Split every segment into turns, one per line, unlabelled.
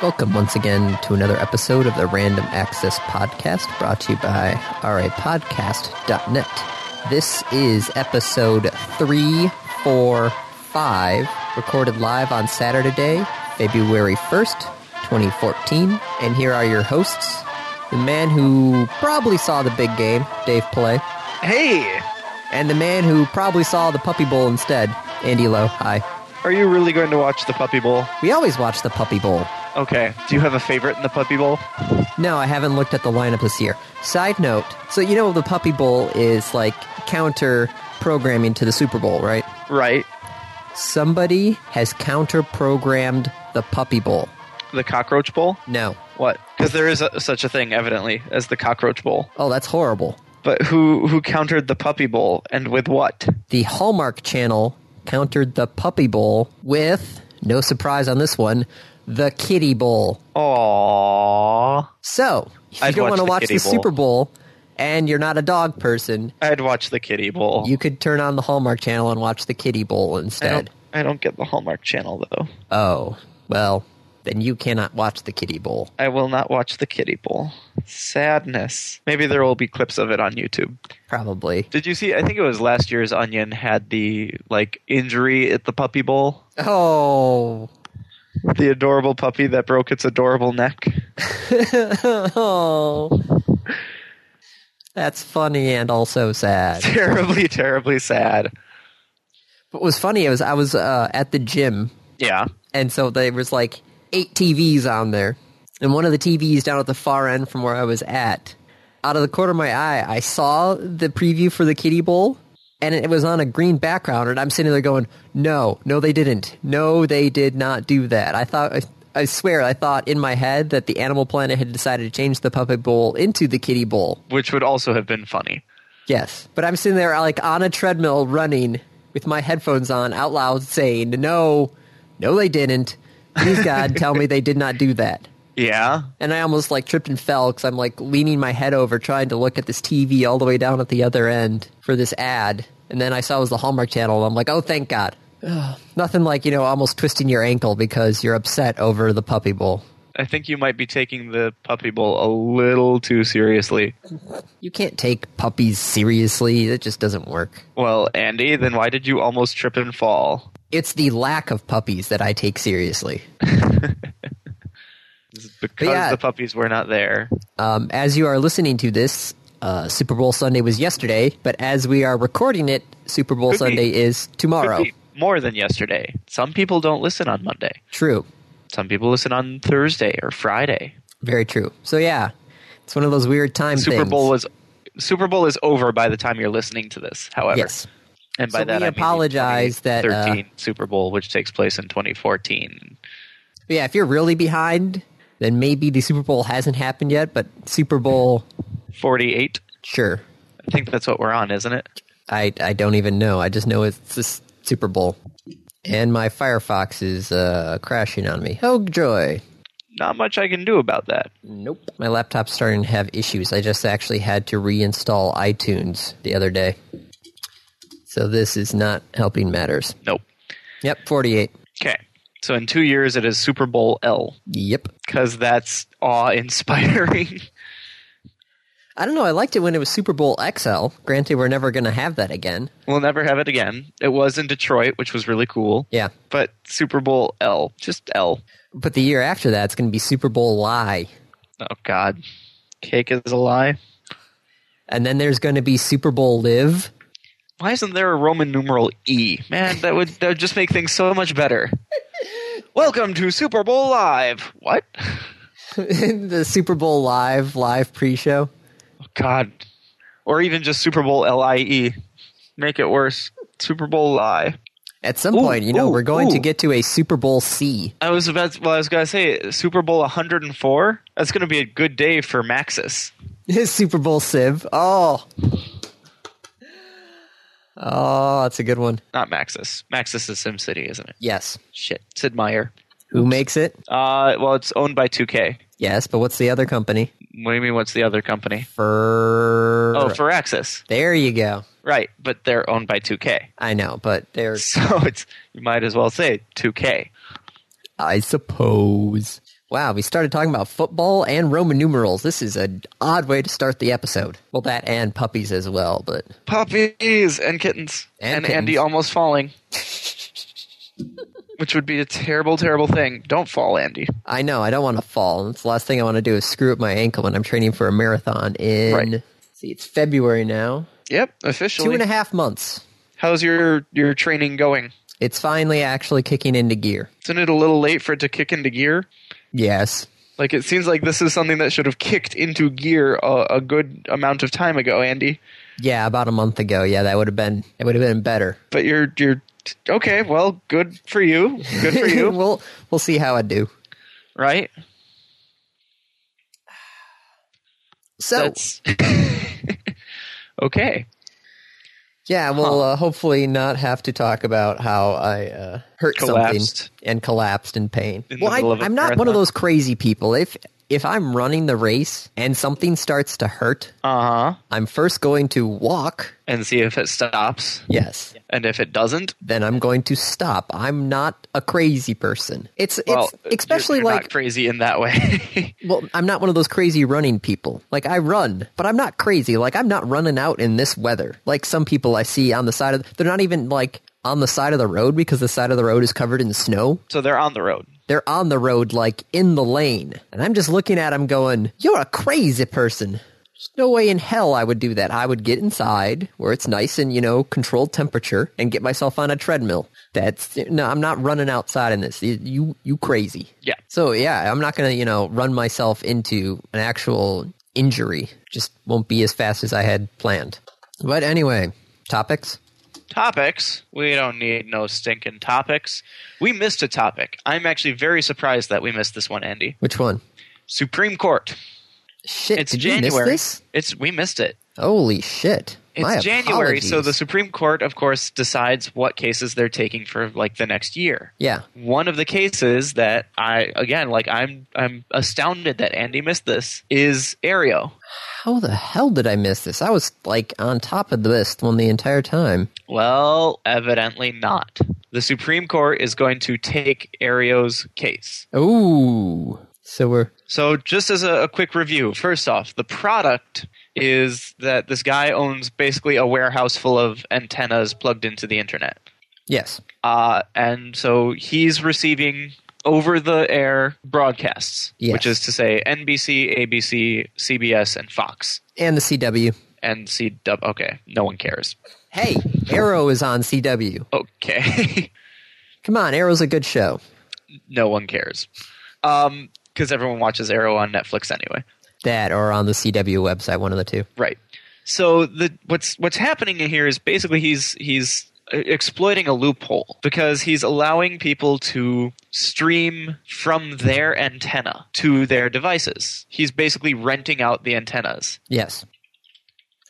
Welcome once again to another episode of the Random Access Podcast brought to you by rapodcast.net. This is episode 345, recorded live on Saturday, February 1st, 2014. And here are your hosts the man who probably saw the big game, Dave Play,
Hey,
and the man who probably saw the Puppy Bowl instead, Andy Lowe. Hi.
are you really going to watch the Puppy Bowl?
We always watch the Puppy Bowl.
Okay. Do you have a favorite in the Puppy Bowl?
No, I haven't looked at the lineup this year. Side note, so you know the Puppy Bowl is like counter programming to the Super Bowl, right?
Right.
Somebody has counter programmed the Puppy Bowl.
The Cockroach Bowl?
No.
What? Because there is a, such a thing, evidently, as the Cockroach Bowl.
Oh, that's horrible.
But who who countered the Puppy Bowl and with what?
The Hallmark Channel countered the Puppy Bowl with, no surprise on this one, the Kitty Bowl.
Aww.
So, if
I'd
you don't
watch
want to
the
watch the
Kitty Bowl.
Super Bowl and you're not a dog person,
I'd watch the Kitty Bowl.
you could turn on the Hallmark Channel and watch the Kitty Bowl
I
instead.
don't, I don't get the Hallmark Channel though.
Oh, well, then you cannot watch the Kitty Bowl.
I will not watch the Kitty Bowl. Sadness. Maybe there will be clips of it on YouTube.
Probably.
Did you see? I think it was last year's Onion had the like injury at the Puppy Bowl.
Oh.
the adorable puppy that broke its adorable neck.
oh. That's funny and also sad.
terribly, terribly sad.
What was funny was I was uh, at the gym,
Yeah.
and so there was like eight TVs on there. And one of the TVs down at the far end from where I was at, out of the corner of my eye, I saw the preview for the Kitty Bowl, and it was on a green background. And I'm sitting there going, "No, no, they didn't. No, they did not do that." I thought, I, I swear, I thought in my head that the Animal Planet had decided to change the Puppet Bowl into the Kitty Bowl.
Which would also have been funny.
Yes, but I'm sitting there like on a treadmill running with my headphones on out loud saying, "No, no they didn't. Please God, tell me they did not do that."
Yeah.
And I almost like tripped and fell cuz I'm like leaning my head over trying to look at this TV all the way down at the other end for this ad. And then I saw it was the Hallmark Channel. and I'm like, "Oh, thank God." Ugh. Nothing like, you know, almost twisting your ankle because you're upset over the puppy bowl.
I think you might be taking the puppy bowl a little too seriously.
You can't take puppies seriously. It just doesn't work.
Well, Andy, then why did you almost trip and fall?
It's the lack of puppies that I take seriously.
It's Because
Yeah.
the puppies were not there.
Um, as you are listening to this, uh, Super Bowl Sunday was yesterday, but as we are recording it, Super Bowl
Could be.
Sunday is
Could
tomorrow.
be More than yesterday. Some people don't listen on Monday.
True.
Some people listen on Thursday or Friday.
Very true. So, yeah, it's one of those weird time
Super
things.
Bowl was Super Bowl is over by the time you're listening to this, however.
Yes.
And by
So
that,
we
I
apologize that, uh,
thirteen Super Bowl, which takes place in 2014.
But yeah, if you're really behind, then maybe the Super Bowl hasn't happened yet, but Super Bowl,
48.
sure.
I think that's what we're on, isn't it?
I, I don't even know. I just know it's the S- Super Bowl. And my Firefox is uh, crashing on me. Oh, joy.
Not much I can do about that.
Nope. My laptop's starting to have issues. I just actually had to reinstall iTunes the other day. So this is not helping matters.
Nope.
Yep, 48.
Okay. So in two years, it is Super Bowl L
Yep.
because that's awe-inspiring.
I don't know. I liked it when it was Super Bowl XL. Granted, we're never going to have that again.
we'll never have it again. It was in Detroit, which was really cool.
Yeah.
But Super Bowl L, just L.
But the year after that, it's going to be Super Bowl Lie.
Oh God, cake is a lie.
And then there's going to be Super Bowl Live.
Why isn't there a Roman numeral E? Man, that would that would just make things so much better. Welcome to Super Bowl Live. What? Oh,
the Super Bowl Live, live pre show.
God. Or even just Super Bowl L I E. Make it worse. Super Bowl Lie.
At some
Ooh,
point, you know,
ooh,
we're going to
ooh.
get to a Super Bowl C.
I was about to, well, I was gonna say Super Bowl 104. That's gonna be a good day for Maxis.
Super Bowl Civ. Oh. Oh, that's a good one.
Not Maxis. Maxis is SimCity, isn't it?
Yes.
Shit. Sid Meier.
Who makes it?
Uh well it's owned by 2K.
Yes, but what's the other company?
What do you mean what's the other company?
Fur.
Oh, for Axis.
there you go.
Right, but they're owned by 2K.
I know, but they're.
So it's you might as well say 2K.
I suppose. Wow, we started talking about football and Roman numerals. This is an odd way to start the episode. Well, that and puppies as well, but
Puppies and kittens.
And
And,
kittens.
Andy almost falling. Which would be a terrible, terrible thing. Don't fall, Andy.
I know I don't want to fall. That's the last thing I want to do is screw up my ankle when I'm training for a marathon in.
Right.
See, it's February now.
Yep,
Two
officially.
and a half months.
How's your your training going?
It's finally actually kicking into gear.
Isn't it a little late for it to kick into gear?
Yes.
Like it seems like this is something that should have kicked into gear a, a good amount of time ago, Andy.
Yeah, about a month ago. Yeah, that would have been it would have been better.
But you're you're okay. Well, good for you. Good for you.
we'll we'll see how I do.
right?
So
That's okay.
yeah, we'll uh, hopefully not have to talk about how I uh, hurt
Collapsed.
something and collapsed in pain.
In the
well, I,
middle of a
I'm not one
marathon.
of those crazy people. If if I'm running the race and something starts to hurt,
Uh huh.
I'm first going to walk.
And see if it stops.
Yes.
And if it doesn't,
Then I'm going to stop. I'm not a crazy person. It's it's
well, you're-
especially
you're
like
not crazy in that way.
Well, I'm not one of those crazy running people. Like I run, but I'm not crazy. Like I'm not running out in this weather. Like some people I see on the side of they're not even like on the side of the road because the side of the road is covered in snow.
so they're on the road.
They're on the road like in the lane. And I'm just looking at them going, "You're a crazy person." There's no way in hell I would do that. I would get inside where it's nice and, you know, controlled temperature and get myself on a treadmill. That's no, I'm not running outside in this. You you crazy.
Yeah.
So yeah, I'm not gonna you know run myself into an actual injury. Just won't be as fast as I had planned. But anyway, topics.
Topics. We don't need no stinking topics. We missed a topic. I'm actually very surprised that we missed this one, Andy.
Which one?
Supreme Court.
Shit,
It's
did
January.
you miss this?
It's we missed it.
Holy shit!
It's
My
January, so the
apologies.
Supreme Court, of course, decides what cases they're taking for like the next year.
yeah,
One of the cases that I again like I'm I'm astounded that Andy missed this is Aereo.
how the hell did I miss this? I was like on top of the list one the entire time.
Well, evidently not. The Supreme Court is going to take Aereo's case.
Ooh, so we're
So, just as a, a quick review, first off, the product is that this guy owns basically a warehouse full of antennas plugged into the internet.
yes,
Uh, and so he's receiving over the air broadcasts,
Yes.
which is to say NBC, ABC, CBS, and Fox.
and the CW.
And CW. Okay, no one cares.
Hey, Arrow is on CW.
Okay,
Come on, Arrow's a good show.
no one cares. Um, because everyone watches Arrow on Netflix anyway.
That or on the CW website, one of the two.
Right. So the what's what's happening in here is basically he's he's uh, exploiting a loophole because he's allowing people to stream from their antenna to their devices. He's basically renting out the antennas.
Yes.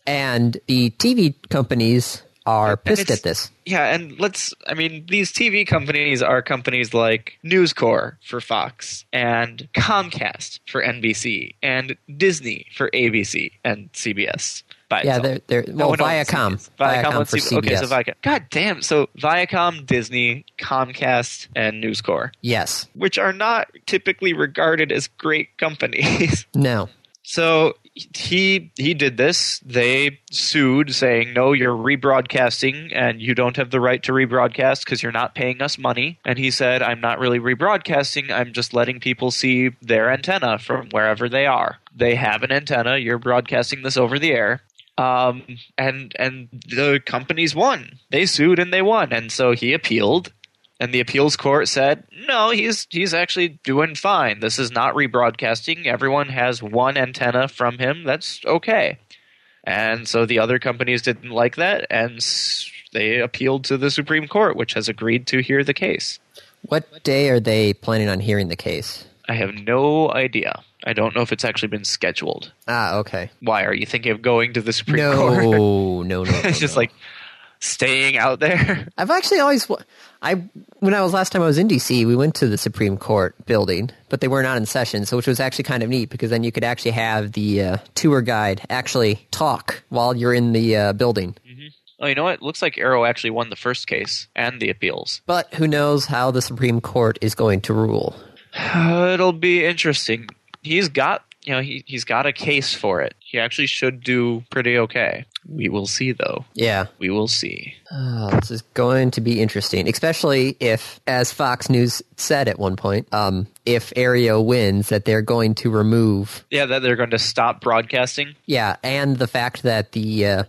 And the TV companies are pissed
it's-
at this.
Yeah, and let's I mean these TV companies are companies like News Corp for Fox and Comcast for NBC and Disney for ABC and CBS. By
Yeah,
itself.
they're they're well,
No one owns
Viacom,
CBS. Viacom,
Viacom
owns
for
CBS.
CBS.
Okay, so Viacom. God damn. So Viacom, Disney, Comcast, and News Corp,
yes.
which are not typically regarded as great companies.
No.
so he he did this. They sued, saying, "No, you're rebroadcasting, and you don't have the right to rebroadcast because you're not paying us money." And he said, "I'm not really rebroadcasting. I'm just letting people see their antenna from wherever they are. They have an antenna. You're broadcasting this over the air." Um, and and the companies won. They sued and they won, and so he appealed. And the appeals court said, "No, he's he's actually doing fine. This is not rebroadcasting. Everyone has one antenna from him. That's okay." And so the other companies didn't like that, and s- they appealed to the Supreme Court, which has agreed to hear the case.
What day are they planning on hearing the case?
I have no idea. I don't know if it's actually been scheduled.
Ah, okay.
Why are you thinking of going to the Supreme Court?
No, no, no. no,
it's just
no.
like staying out there.
I've actually always wa- I when I was last time I was in DC, we went to the Supreme Court building, but they were not in session, so which was actually kind of neat because then you could actually have the uh, tour guide actually talk while you're in the uh, building.
Oh, you know what? Looks like Arrow actually won the first case and the appeals.
But who knows how the Supreme Court is going to rule?
Uh, it'll be interesting. He's got you know he he's got a case for it. He actually should do pretty okay. We will see though.
Yeah.
We will see.
Oh, this is going to be interesting, especially if, as Fox News said at one point, um, if Aereo wins, that they're going to remove.
Yeah, that they're going to stop broadcasting.
Yeah, and the fact that the uh,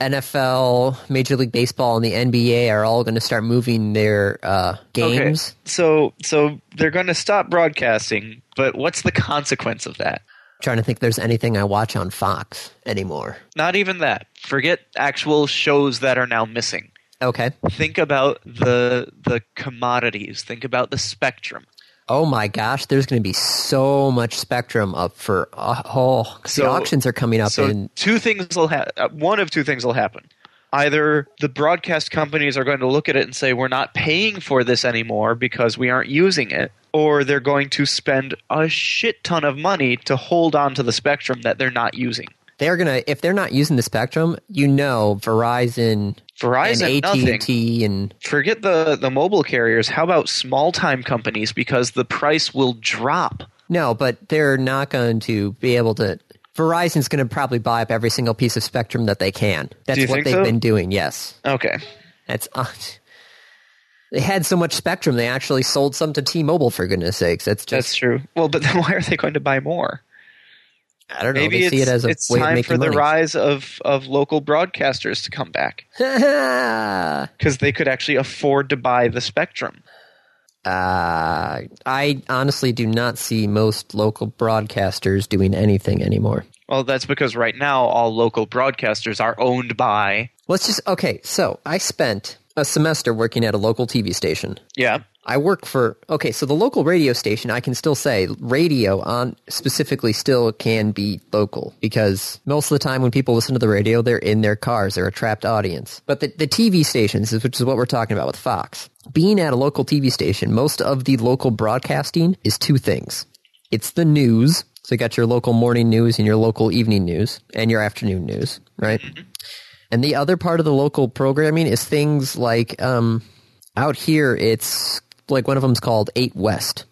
NFL, Major League Baseball, and the NBA are all going to start moving their uh, games.
So so they're going to stop broadcasting, but what's the consequence of that?
trying to think if there's anything I watch on Fox anymore.
Not even that. Forget actual shows that are now missing.
Okay.
Think about the the commodities. Think about the spectrum.
Oh my gosh, there's going to be so much spectrum up for uh, oh, 'cause the
So-
auctions are coming up
So
in
two things will happen. One of two things will happen. Either the broadcast companies are going to look at it and say we're not paying for this anymore because we aren't using it, or they're going to spend a shit ton of money to hold on to the spectrum that they're not using.
they're gonna if they're not using the spectrum, you know, Verizon,
Verizon,
and AT and
nothing.
T, and
Forget the the mobile carriers. How about small time companies because the price will drop.
no, but they're not going to be able to. Verizon's going to probably buy up every single piece of spectrum that they can. That's
you
what
think
they've
so?
been doing. Yes,
Okay.
that's. Uh, they had so much spectrum, they actually sold some to T-Mobile. For goodness sakes, that's just
That's true. Well, but then why are they going to buy more?
I don't know.
Maybe
they
it's,
see it as a
it's
way of
time
making
for the
money.
rise of, of local broadcasters to come back
Ah,
because they could actually afford to buy the spectrum.
Uh, I honestly do not see most local broadcasters doing anything anymore.
Well, that's because right now all local broadcasters are owned by.
Let's just okay. So I spent a semester working at a local TV station.
Yeah.
I work for okay. So the local radio station, I can still say radio on specifically still can be local because most of the time when people listen to the radio, they're in their cars. They're a trapped audience. But the, the TV stations, which is what we're talking about with Fox, being at a local TV station, most of the local broadcasting is two things. It's the news. So you got your local morning news and your local evening news and your afternoon news, right? And the other part of the local programming is things like um, out here, it's like one of them's called Eight West.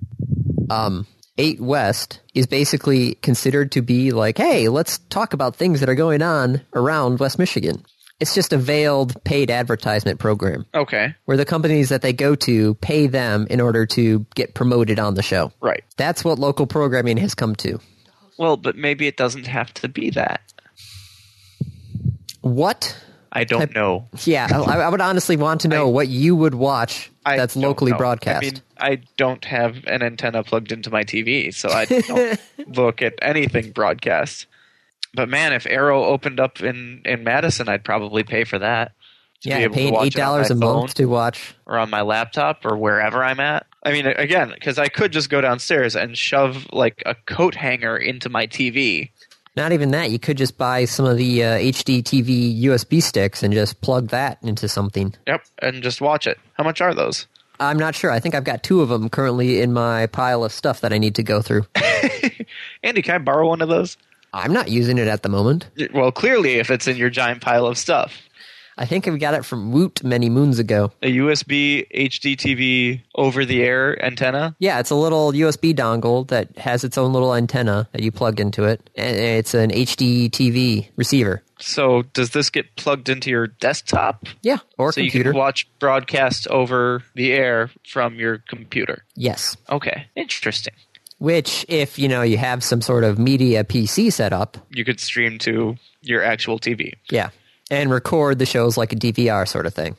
Um, Eight West is basically considered to be like, hey, let's talk about things that are going on around West Michigan. It's just a veiled paid advertisement program
Okay.
where the companies that they go to pay them in order to get promoted on the show.
Right.
That's what local programming has come to.
Well, but maybe it doesn't have to be that.
What?
I don't know.
Yeah, I, I would honestly want to know what you would watch
I
that's
don't
locally
know.
broadcast.
I mean, I don't have an antenna plugged into my TV, so I don't look at anything broadcast. But man, if Arrow opened up in, in Madison, I'd probably pay for that. To be
yeah,
able to
paying
watch
eight
it on
dollars a
my phone
month to watch.
or on my laptop or wherever I'm at. I mean, again, because I could just go downstairs and shove like a coat hanger into my TV.
Not even that. You could just buy some of the uh, HD TV USB sticks and just plug that into something.
Yep, and just watch it. How much are those?
I'm not sure. I think I've got two of them currently in my pile of stuff that I need to go through.
Andy, can I borrow one of those?
I'm not using it at the moment.
Well, clearly, if it's in your giant pile of stuff,
I think I got it from Woot many moons ago.
a USB HD TV over the air antenna.
Yeah, it's a little USB dongle that has its own little antenna that you plug into it. And It's an HD TV receiver.
So, does this get plugged into your desktop?
Yeah, or
so
computer.
you can watch broadcast over the air from your computer.
yes.
Okay, interesting.
Which, if you know you have some sort of media PC set up,
You could stream to your actual TV.
yeah, and record the shows like a DVR sort of thing.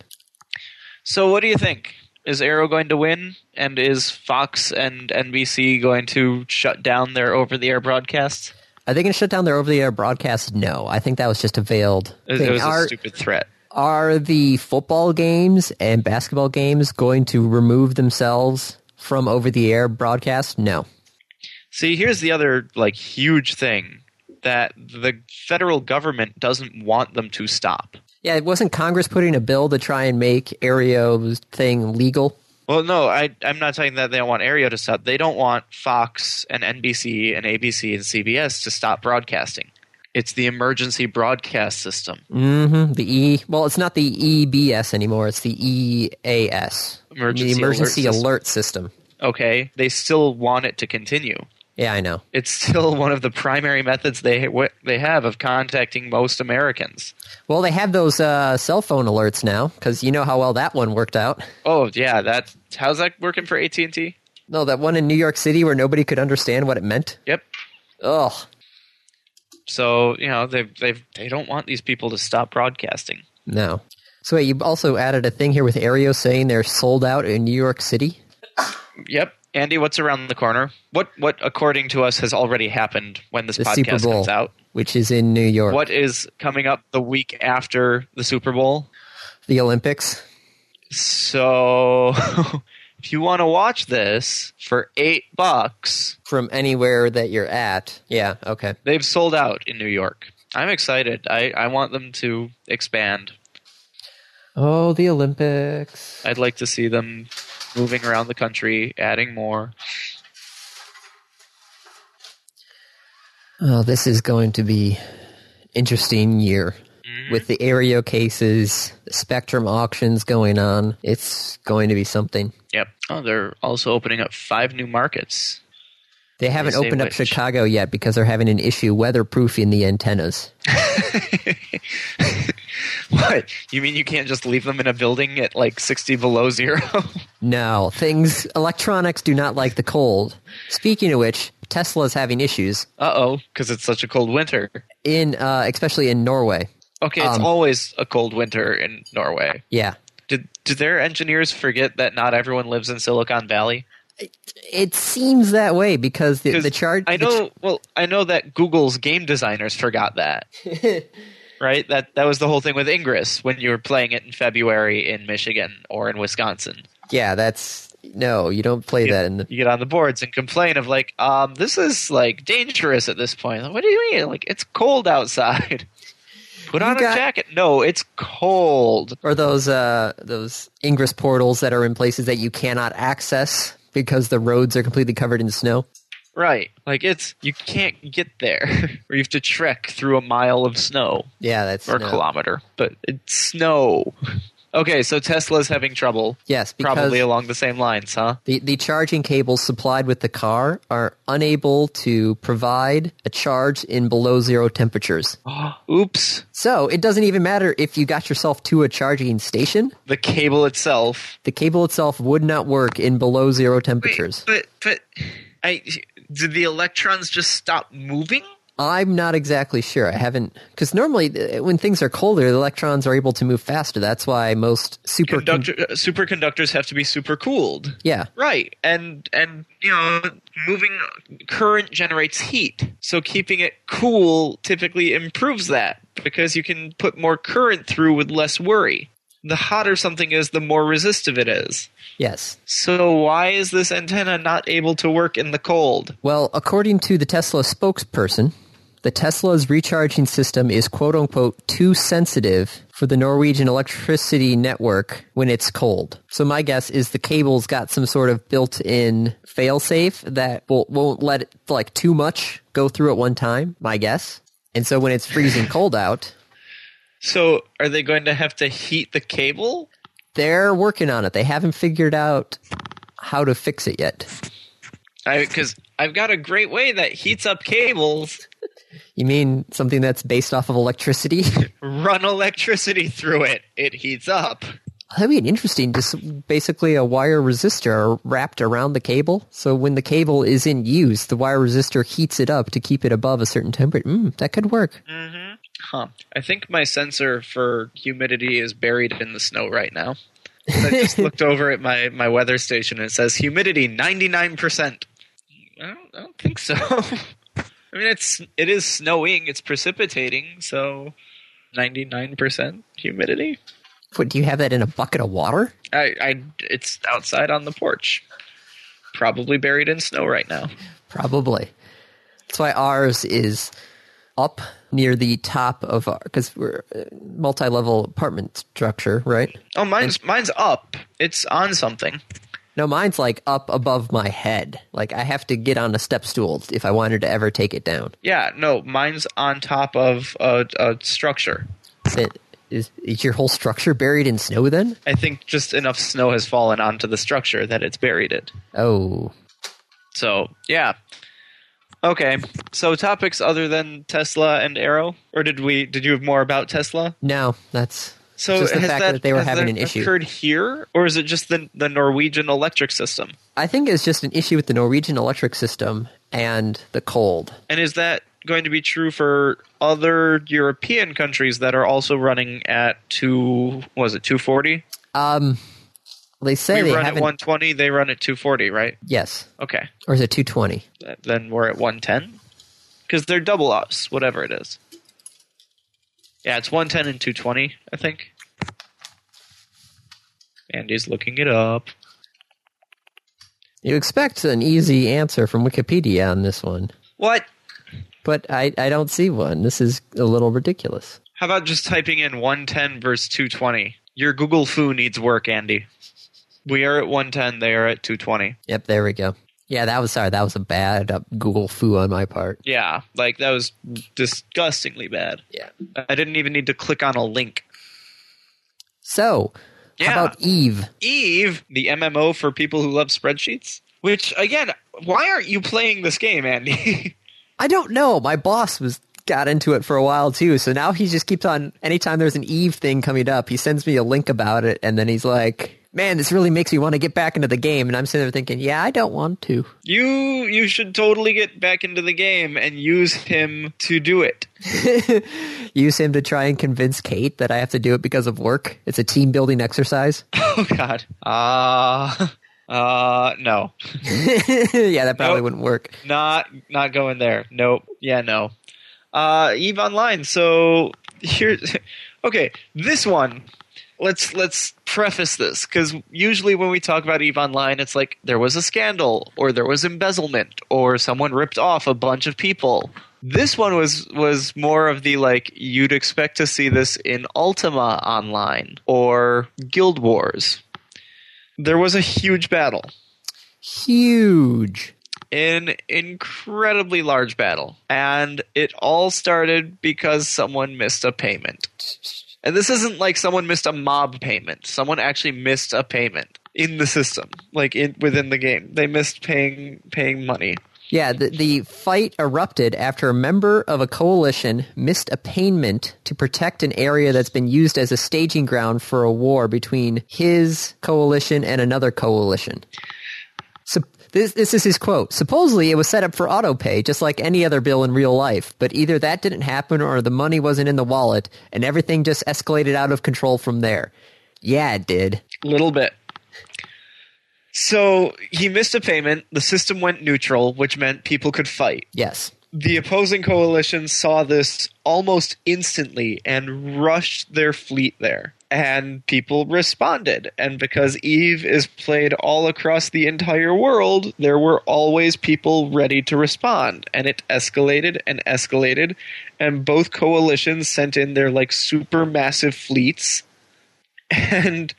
So, what do you think? Is Arrow going to win? And is Fox and NBC going to shut down their over the air broadcasts?
Are they going to shut down their over-the-air broadcast? No, I think that was just a veiled
It,
thing.
it was
are,
a stupid threat.
are the football games and basketball games going to remove themselves from over-the-air broadcast? No.
See, here's the other like huge thing that the federal government doesn't want them to stop.
Yeah, it wasn't Congress putting a bill to try and make Aereo's thing legal.
Well, no, I, I'm not saying that they don't want Arrow to stop. They don't want Fox and NBC and ABC and CBS to stop broadcasting. It's the emergency broadcast system.
hmm The E, well, it's not the EBS anymore. It's the EAS,
Emergency
the Emergency
Alert
Alert,
System.
System.
okay, they still want it to continue.
Yeah, I know.
It's still one of the primary methods they what they have of contacting most Americans.
Well, they have those uh, cell phone alerts now because you know how well that one worked out.
Oh yeah, that's how's that working for AT and T?
No, that one in New York City where nobody could understand what it meant.
Yep.
Ugh.
So you know they they they don't want these people to stop broadcasting.
No. So wait, you also added a thing here with Aereo saying they're sold out in New York City.
Yep. Andy, what's around the corner? What what according to us has already happened when this
The
podcast
Super Bowl,
comes out?
which is in New York.
What is coming up the week after the Super Bowl?
The Olympics.
So if you want to watch this for eight bucks,
From anywhere that you're at. Yeah, okay.
they've sold out in New York. I'm excited. I, I want them to expand.
Oh, the Olympics.
I'd like to see them moving around the country, adding more.
Oh, this is going to be interesting year
Mm-hmm.
with the Aereo cases, the Spectrum auctions going on. It's going to be something.
Yep. Oh, they're also opening up five new markets.
They haven't
say
opened up
which.
Chicago yet because they're having an issue weatherproofing the antennas.
What? You mean you can't just leave them in a building at like 60 below zero?
No, things electronics do not like the cold. Speaking of which, Tesla's having issues
uh oh, because it's such a cold winter.
in uh, especially in Norway.
Okay, it's
Um,
always a cold winter in Norway.
Yeah.
Did did their engineers forget that not everyone lives in Silicon Valley?
It seems that way because the,
'Cause
the charge
I
the
know. well, I know that Google's game designers forgot that. right. That that was the whole thing with Ingress when you were playing it in February in Michigan or in Wisconsin.
Yeah, that's no, you don't play that in the
You get on the boards and complain of like, um, this is like dangerous at this point. Like, what do you mean? Like it's cold outside. Put on
got-
a jacket. No, it's cold.
or those uh those ingress portals that are in places that you cannot access because the roads are completely covered in snow.
Right. Like it's you can't get there. or you have to trek through a mile of snow
Yeah, that's
or a
no.
kilometer. But it's snow. Okay, so Tesla's having trouble.
Yes, because
Probably along the same lines, huh?
The, the charging cables supplied with the car are unable to provide a charge in below zero temperatures.
Oops.
So it doesn't even matter if you got yourself to a charging station,
The cable itself.
the cable itself would not work in below zero temperatures.
But but I did the electrons just stop moving?
I'm not exactly sure. I haven't, because normally uh, when things are colder, the electrons are able to move faster. That's why most super.
Conductor, uh, superconductors have to be super cooled.
yeah.
Right. And and you know, moving current generates heat. So keeping it cool typically improves that because you can put more current through with less worry. The hotter something is, the more resistive it is.
Yes.
So why is this antenna not able to work in the cold?
Well, according to the Tesla spokesperson, the Tesla's recharging system is quote unquote too sensitive for the Norwegian electricity network when it's cold. So my guess is the cable's got some sort of built-in failsafe that will, won't let it, like too much go through at one time, my guess. And so when it's freezing cold out,
So are they going to have to heat the cable?
they're working on it. They haven't figured out how to fix it yet.
Because I've got a great way that heats up cables.
You mean something that's based off of electricity?
Run electricity through it. It heats up.
That'd be an interesting. Just basically a wire resistor wrapped around the cable. So when the cable is in use, the wire resistor heats it up to keep it above a certain temperature. Mm, that could work.
Huh. I think my sensor for humidity is buried in the snow right now. I just looked over at my, my weather station and it says humidity 99%. I don't, I don't think so. I mean, it's it is snowing, it's precipitating, so 99% humidity.
What do you have that in a bucket of water?
I, I it's outside on the porch. Probably buried in snow right now.
Probably. That's why ours is up near the top of our because we're uh, multi-level apartment structure, right?
Oh, mine's mine's up. It's on something.
No, mine's like up above my head. Like I have to get on a step stool if I wanted to ever take it down.
Yeah, no, mine's on top of a, a structure.
It, Is, is your whole structure buried in snow then?
I think just enough snow has fallen onto the structure that it's buried it.
Oh,
So yeah. Okay. So topics other than Tesla and Arrow, or did we? Did you have more about Tesla?
no, that's
So
just the
has
fact that, they were
has
having an
that
issue.
occurred here, or is it just the the Norwegian electric system?
I think it's just an issue with the Norwegian electric system and the cold.
And is that going to be true for other European countries that are also running at two? Was it two forty?
Um, they say
We
they
run at
haven't.
one twenty. They run at two forty, right?
yes,
Okay.
or is it two twenty?
Th- Then we're at one ten because they're double us, whatever it is. Yeah, it's one ten and two twenty, I think. Andy's looking it up.
You expect an easy answer from Wikipedia on this one,
What?
but I, I don't see one. This is a little ridiculous.
How about just typing in 110 versus 220? Your Google foo needs work, Andy. We are at 110, they are at 220.
Yep, there we go. Yeah, that was sorry. That was a bad uh, Google foo on my part.
Yeah, like that was disgustingly bad.
Yeah.
I didn't even need to click on a link.
So,
Yeah.
how about Eve?
Eve, the MMO for people who love spreadsheets, which again, why aren't you playing this game, Andy?
I don't know. My boss was got into it for a while too, so now he just keeps on. Anytime there's an Eve thing coming up, he sends me a link about it, and then he's like, "Man, this really makes me want to get back into the game." And I'm sitting there thinking, "Yeah, I don't want to."
you you should totally get back into the game and use him to do it.
Use him to try and convince Kate that I have to do it because of work. It's a team building exercise.
Oh god. Uh uh no.
yeah, that probably
Nope.
wouldn't work.
not not going there. Nope. Yeah, no. Uh Eve Online. So here okay, this one. Let's let's preface this cuz usually when we talk about Eve Online it's like there was a scandal or there was embezzlement or someone ripped off a bunch of people. This one was was more of the like you'd expect to see this in Ultima Online or Guild Wars. There was a huge battle
Huge.
an incredibly large battle, and it all started because someone missed a payment. And this isn't like someone missed a mob payment. Someone actually missed a payment in the system, like in within the game. They missed paying paying money.
Yeah, the, the fight erupted after a member of a coalition missed a payment to protect an area that's been used as a staging ground for a war between his coalition and another coalition. So, this, this is his quote. Supposedly, it was set up for autopay, just like any other bill in real life, but either that didn't happen or the money wasn't in the wallet, and everything just escalated out of control from there. Yeah, it did.
little bit. So he missed a payment. The system went neutral, which meant people could fight.
Yes.
the opposing coalition saw this almost instantly and rushed their fleet there. And people responded. And because Eve is played all across the entire world, there were always people ready to respond. And it escalated and escalated. And both coalitions sent in their like super massive fleets. And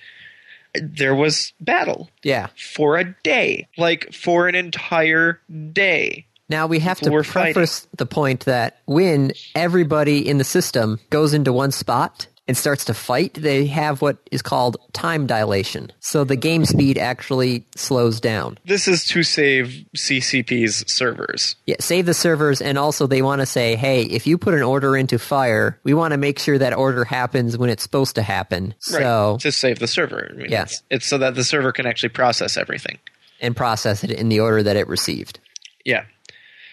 there was battle
Yeah.
for a day, like for an entire day.
Now we have to
We're fighting.
preface the point that when everybody in the system goes into one spot and starts to fight, they have what is called time dilation. So the game speed actually slows down.
this is to save CCP's servers.
Yeah, save the servers, and also they want to say, hey, if you put an order into fire, we want to make sure that order happens when it's supposed to happen. So
to save the server. I mean,
Yeah.
it's, it's so that the server can actually process everything.
and process it in the order that it received.
Yeah.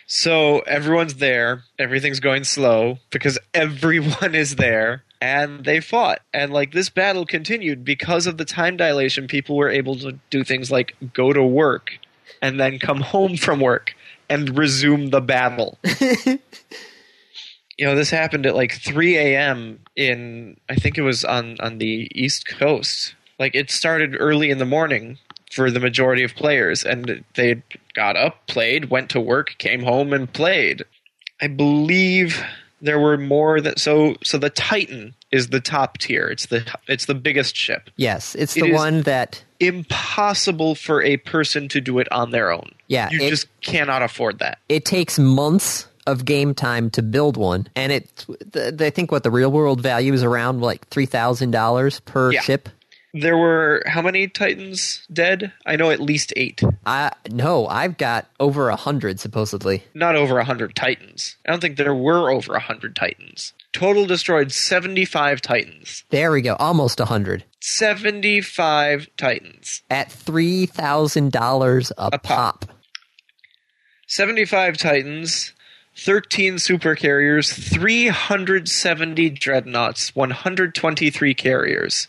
So everyone's there, everything's going slow because everyone is there and they fought. And like this battle continued because of the time dilation, people were able to do things like go to work and then come home from work and resume the battle. you know, this happened at like 3 a.m. in I think it was on on the East Coast. Like it started early in the morning for the majority of players, and they got up, played, went to work, came home, and played. I believe there were more that so so the Titan is the top tier. It's the it's the biggest ship.
Yes, it's
It
the
is-
one that,
Impossible for a person to do it on their own.
Yeah,
you
it-
just cannot afford that.
it takes months of game time to build one, and it th- I think what the real world value is around like three thousand dollars per
Yeah.
ship.
There were how many Titans dead? I know at least eight.
I no, I've got over a hundred supposedly.
Not over a hundred Titans. I don't think there were over a hundred Titans. Total destroyed seventy-five Titans.
There we go, almost a hundred
Seventy-five Titans.
at three thousand dollars a pop.
Seventy-five Titans. Thirteen supercarriers. Three hundred seventy dreadnoughts. One hundred twenty-three carriers,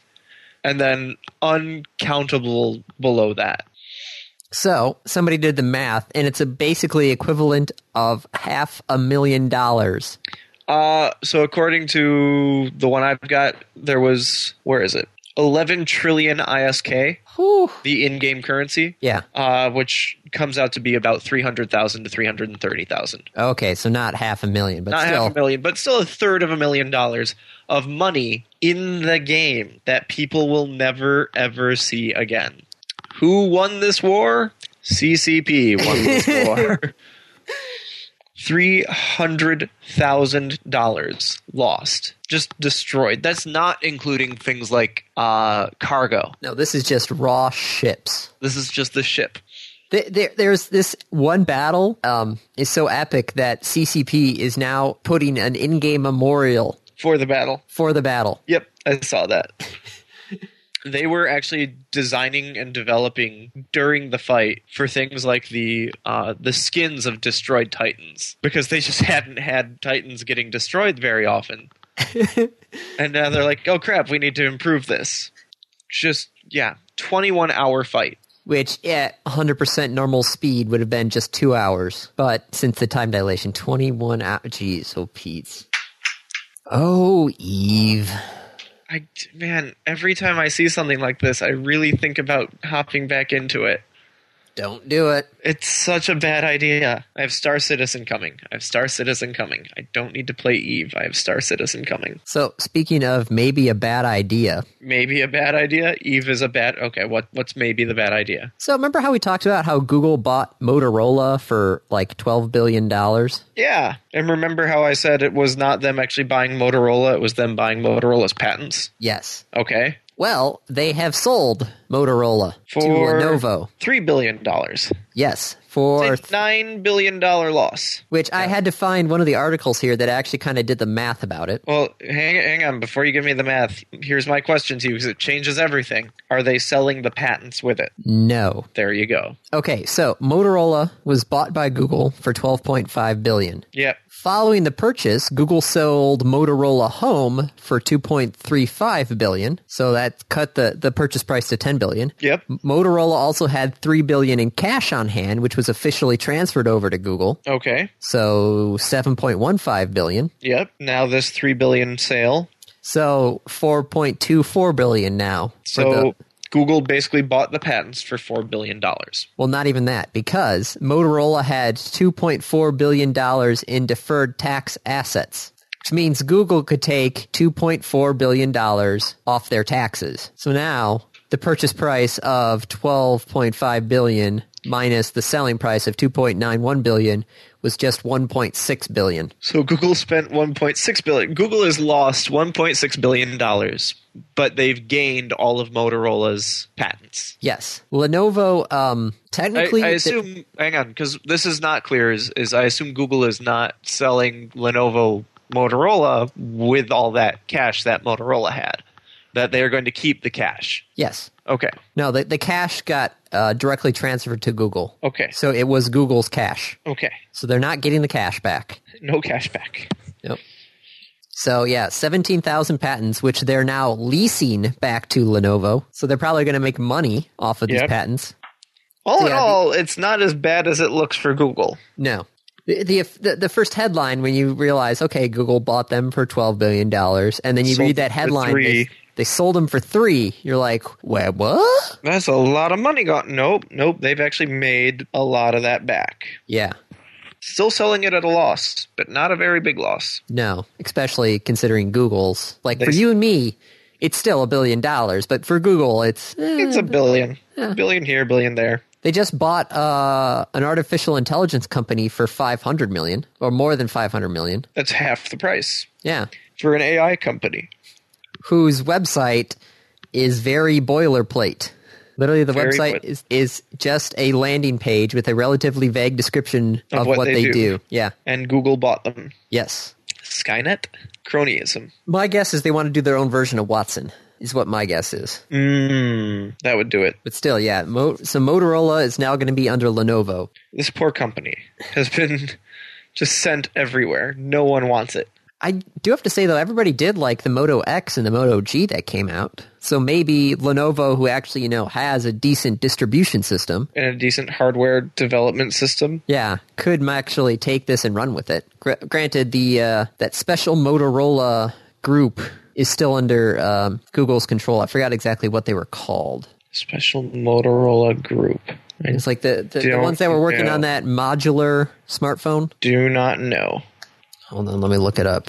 and then uncountable below that.
So somebody did the math, and it's a basically equivalent of half a million dollars.
Uh, so according to the one I've got, there was where is it? Eleven trillion ISK,
Whew.
the in-game currency.
Yeah.
Uh, which comes out to be about three hundred thousand to three hundred and thirty thousand.
Okay, so not half a million, but
Not
still.
half a million, but still a third of a million dollars of money in the game that people will never ever see again. Who won this war? CCP won this war. Three hundred thousand dollars lost, just destroyed. That's not including things like uh, cargo.
No, this is just raw ships.
This is just the ship.
There, there, there's this one battle um, is so epic that CCP is now putting an in-game memorial
for the battle.
for the battle.
Yep, I saw that. they were actually designing and developing during the fight for things like the uh, the skins of destroyed titans because they just hadn't had titans getting destroyed very often. and now they're like, "Oh crap, we need to improve this." Just yeah, 21 hour fight.
Which at 100% normal speed would have been just two hours, but since the time dilation, 21 hours. Jeez, oh Pete's. Oh Eve.
I man, every time I see something like this, I really think about hopping back into it.
Don't do it.
It's such a bad idea. I have Star Citizen coming. I have Star Citizen coming. I don't need to play Eve. I have Star Citizen coming.
So speaking of maybe a bad idea.
Maybe a bad idea. Eve is a bad. Okay, what what's maybe the bad idea?
So remember how we talked about how Google bought Motorola for like $12 billion?
Yeah, and remember how I said it was not them actually buying Motorola. It was them buying Motorola's patents.
Yes.
Okay,
Well, they have sold Motorola to
for
Lenovo.
three billion dollars,
Yes, for
nine billion dollar loss.
which I had to find one of the articles here that actually kind of did the math about it.
Well, hang, hang on. Before you give me the math, here's my question to you because it changes everything. Are they selling the patents with it?
No.
There you go.
Okay, so Motorola was bought by Google for 12.5 billion.
Yep.
Following the purchase, Google sold Motorola Home for 2.35 billion, so that cut the the purchase price to 10 billion.
Yep.
Motorola also had 3 billion in cash on hand, which was officially transferred over to Google.
Okay.
So 7.15 billion.
Yep. Now this three billion sale.
So 4.24 billion now. for
So
the-
Google basically bought the patents for four billion dollars.
well, not even that, because Motorola had 2.4 billion dollars in deferred tax assets, which means Google could take 2.4 billion dollars off their taxes. So now the purchase price of 12.5 billion minus the selling price of 2.91 billion was just 1.6 billion.
So Google spent one point six billion. Google has lost one point six billion dollars, but they've gained all of Motorola's patents.
Yes, Lenovo. Um,
I,
technically,
I
th-
assume. hang on, because this is not clear. Is, is I assume Google is not selling Lenovo Motorola with all that cash that Motorola had. That they are going to keep the cash.
yes.
Okay.
No, the, the cash got uh, directly transferred to Google.
Okay.
So it was Google's cash.
Okay.
So they're not getting the cash back.
No cash back.
Yep. So yeah, 17,000 patents, which they're now leasing back to Lenovo. So they're probably going to make money off of these
Yep.
patents.
All in
Yeah, the-
all, it's not as bad as it looks for Google.
No. The, the, the, the first headline when you realize, okay, Google bought them for $12 billion, and then you
Sold
read that
them for
headline, they,
three.
they sold them for three. You're like, wait, what?
That's a lot of money gone. Nope, nope. They've actually made a lot of that back.
Yeah.
Still selling it at a loss, but not a very big loss.
No, especially considering Google's. Like for
They-
you and me, it's still a billion dollars, but for Google, it's eh,
It's a billion, billion here, billion there.
They just bought uh, an artificial intelligence company for 500 million or more than 500 million.
That's half the price
Yeah.
for an AI company.
Whose website is very boilerplate. Literally the
Very
website
boil-
is, is just a landing page with a relatively vague description of, what, they, do. Yeah.
And Google bought them.
Yes.
Skynet? Cronyism.
My guess is they want to do their own version of Watson. Is what my guess is.
Mm, that would do it.
But still, yeah. Mo- so Motorola is now going to be under Lenovo.
This poor company has been just sent everywhere. No one wants it.
I do have to say though, everybody did like the Moto X and the Moto G that came out. So maybe Lenovo, who actually you know has a decent distribution system,
And a decent hardware development system.
yeah, could m- actually take this and run with it. Gr- granted, the uh, that special Motorola group is still under um, Google's control. I forgot exactly what they were called.
Special Motorola Group. I
It's like the the, the
Don't
ones that were working
know.
on that modular smartphone.
do not know.
Hold on, let me look it up.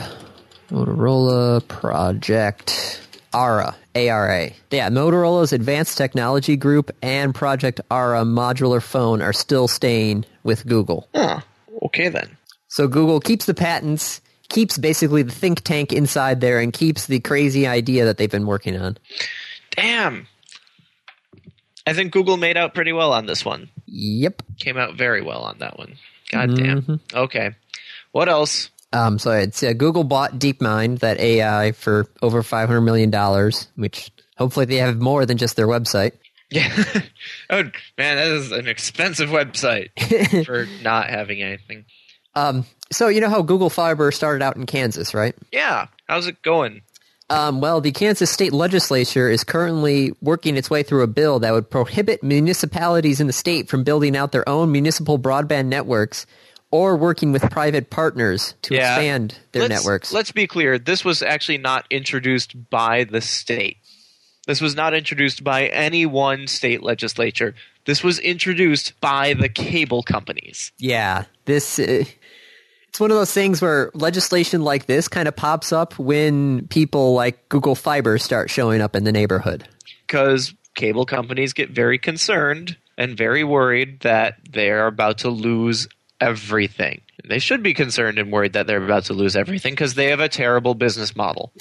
Motorola Project ARA. ARA. Yeah, Motorola's Advanced Technology Group and Project ARA modular phone are still staying with Google.
Huh. Okay then.
So Google keeps the patents, keeps basically the think tank inside there, and keeps the crazy idea that they've been working on.
Damn. I think Google made out pretty well on this one.
Yep.
Came out very well on that one. God damn. Okay. What else?
Um, so it's uh, Google bought DeepMind, that AI, for over $500 million, which hopefully they have more than just their website.
Yeah. oh man, that is an expensive website for not having anything.
Um, so you know how Google Fiber started out in Kansas, right?
Yeah. How's it going?
Um, well, the Kansas state legislature is currently working its way through a bill that would prohibit municipalities in the state from building out their own municipal broadband networks or working with private partners to
Yeah.
expand their
let's,
networks.
Let's be clear. This was actually not introduced by the state. This was not introduced by any one state legislature. This was introduced by the cable companies.
yeah, this uh, it's one of those things where legislation like this kind of pops up when people like Google Fiber start showing up in the neighborhood.
because cable companies get very concerned and very worried that they're about to lose everything. They should be concerned and worried that they're about to lose everything because they have a terrible business model.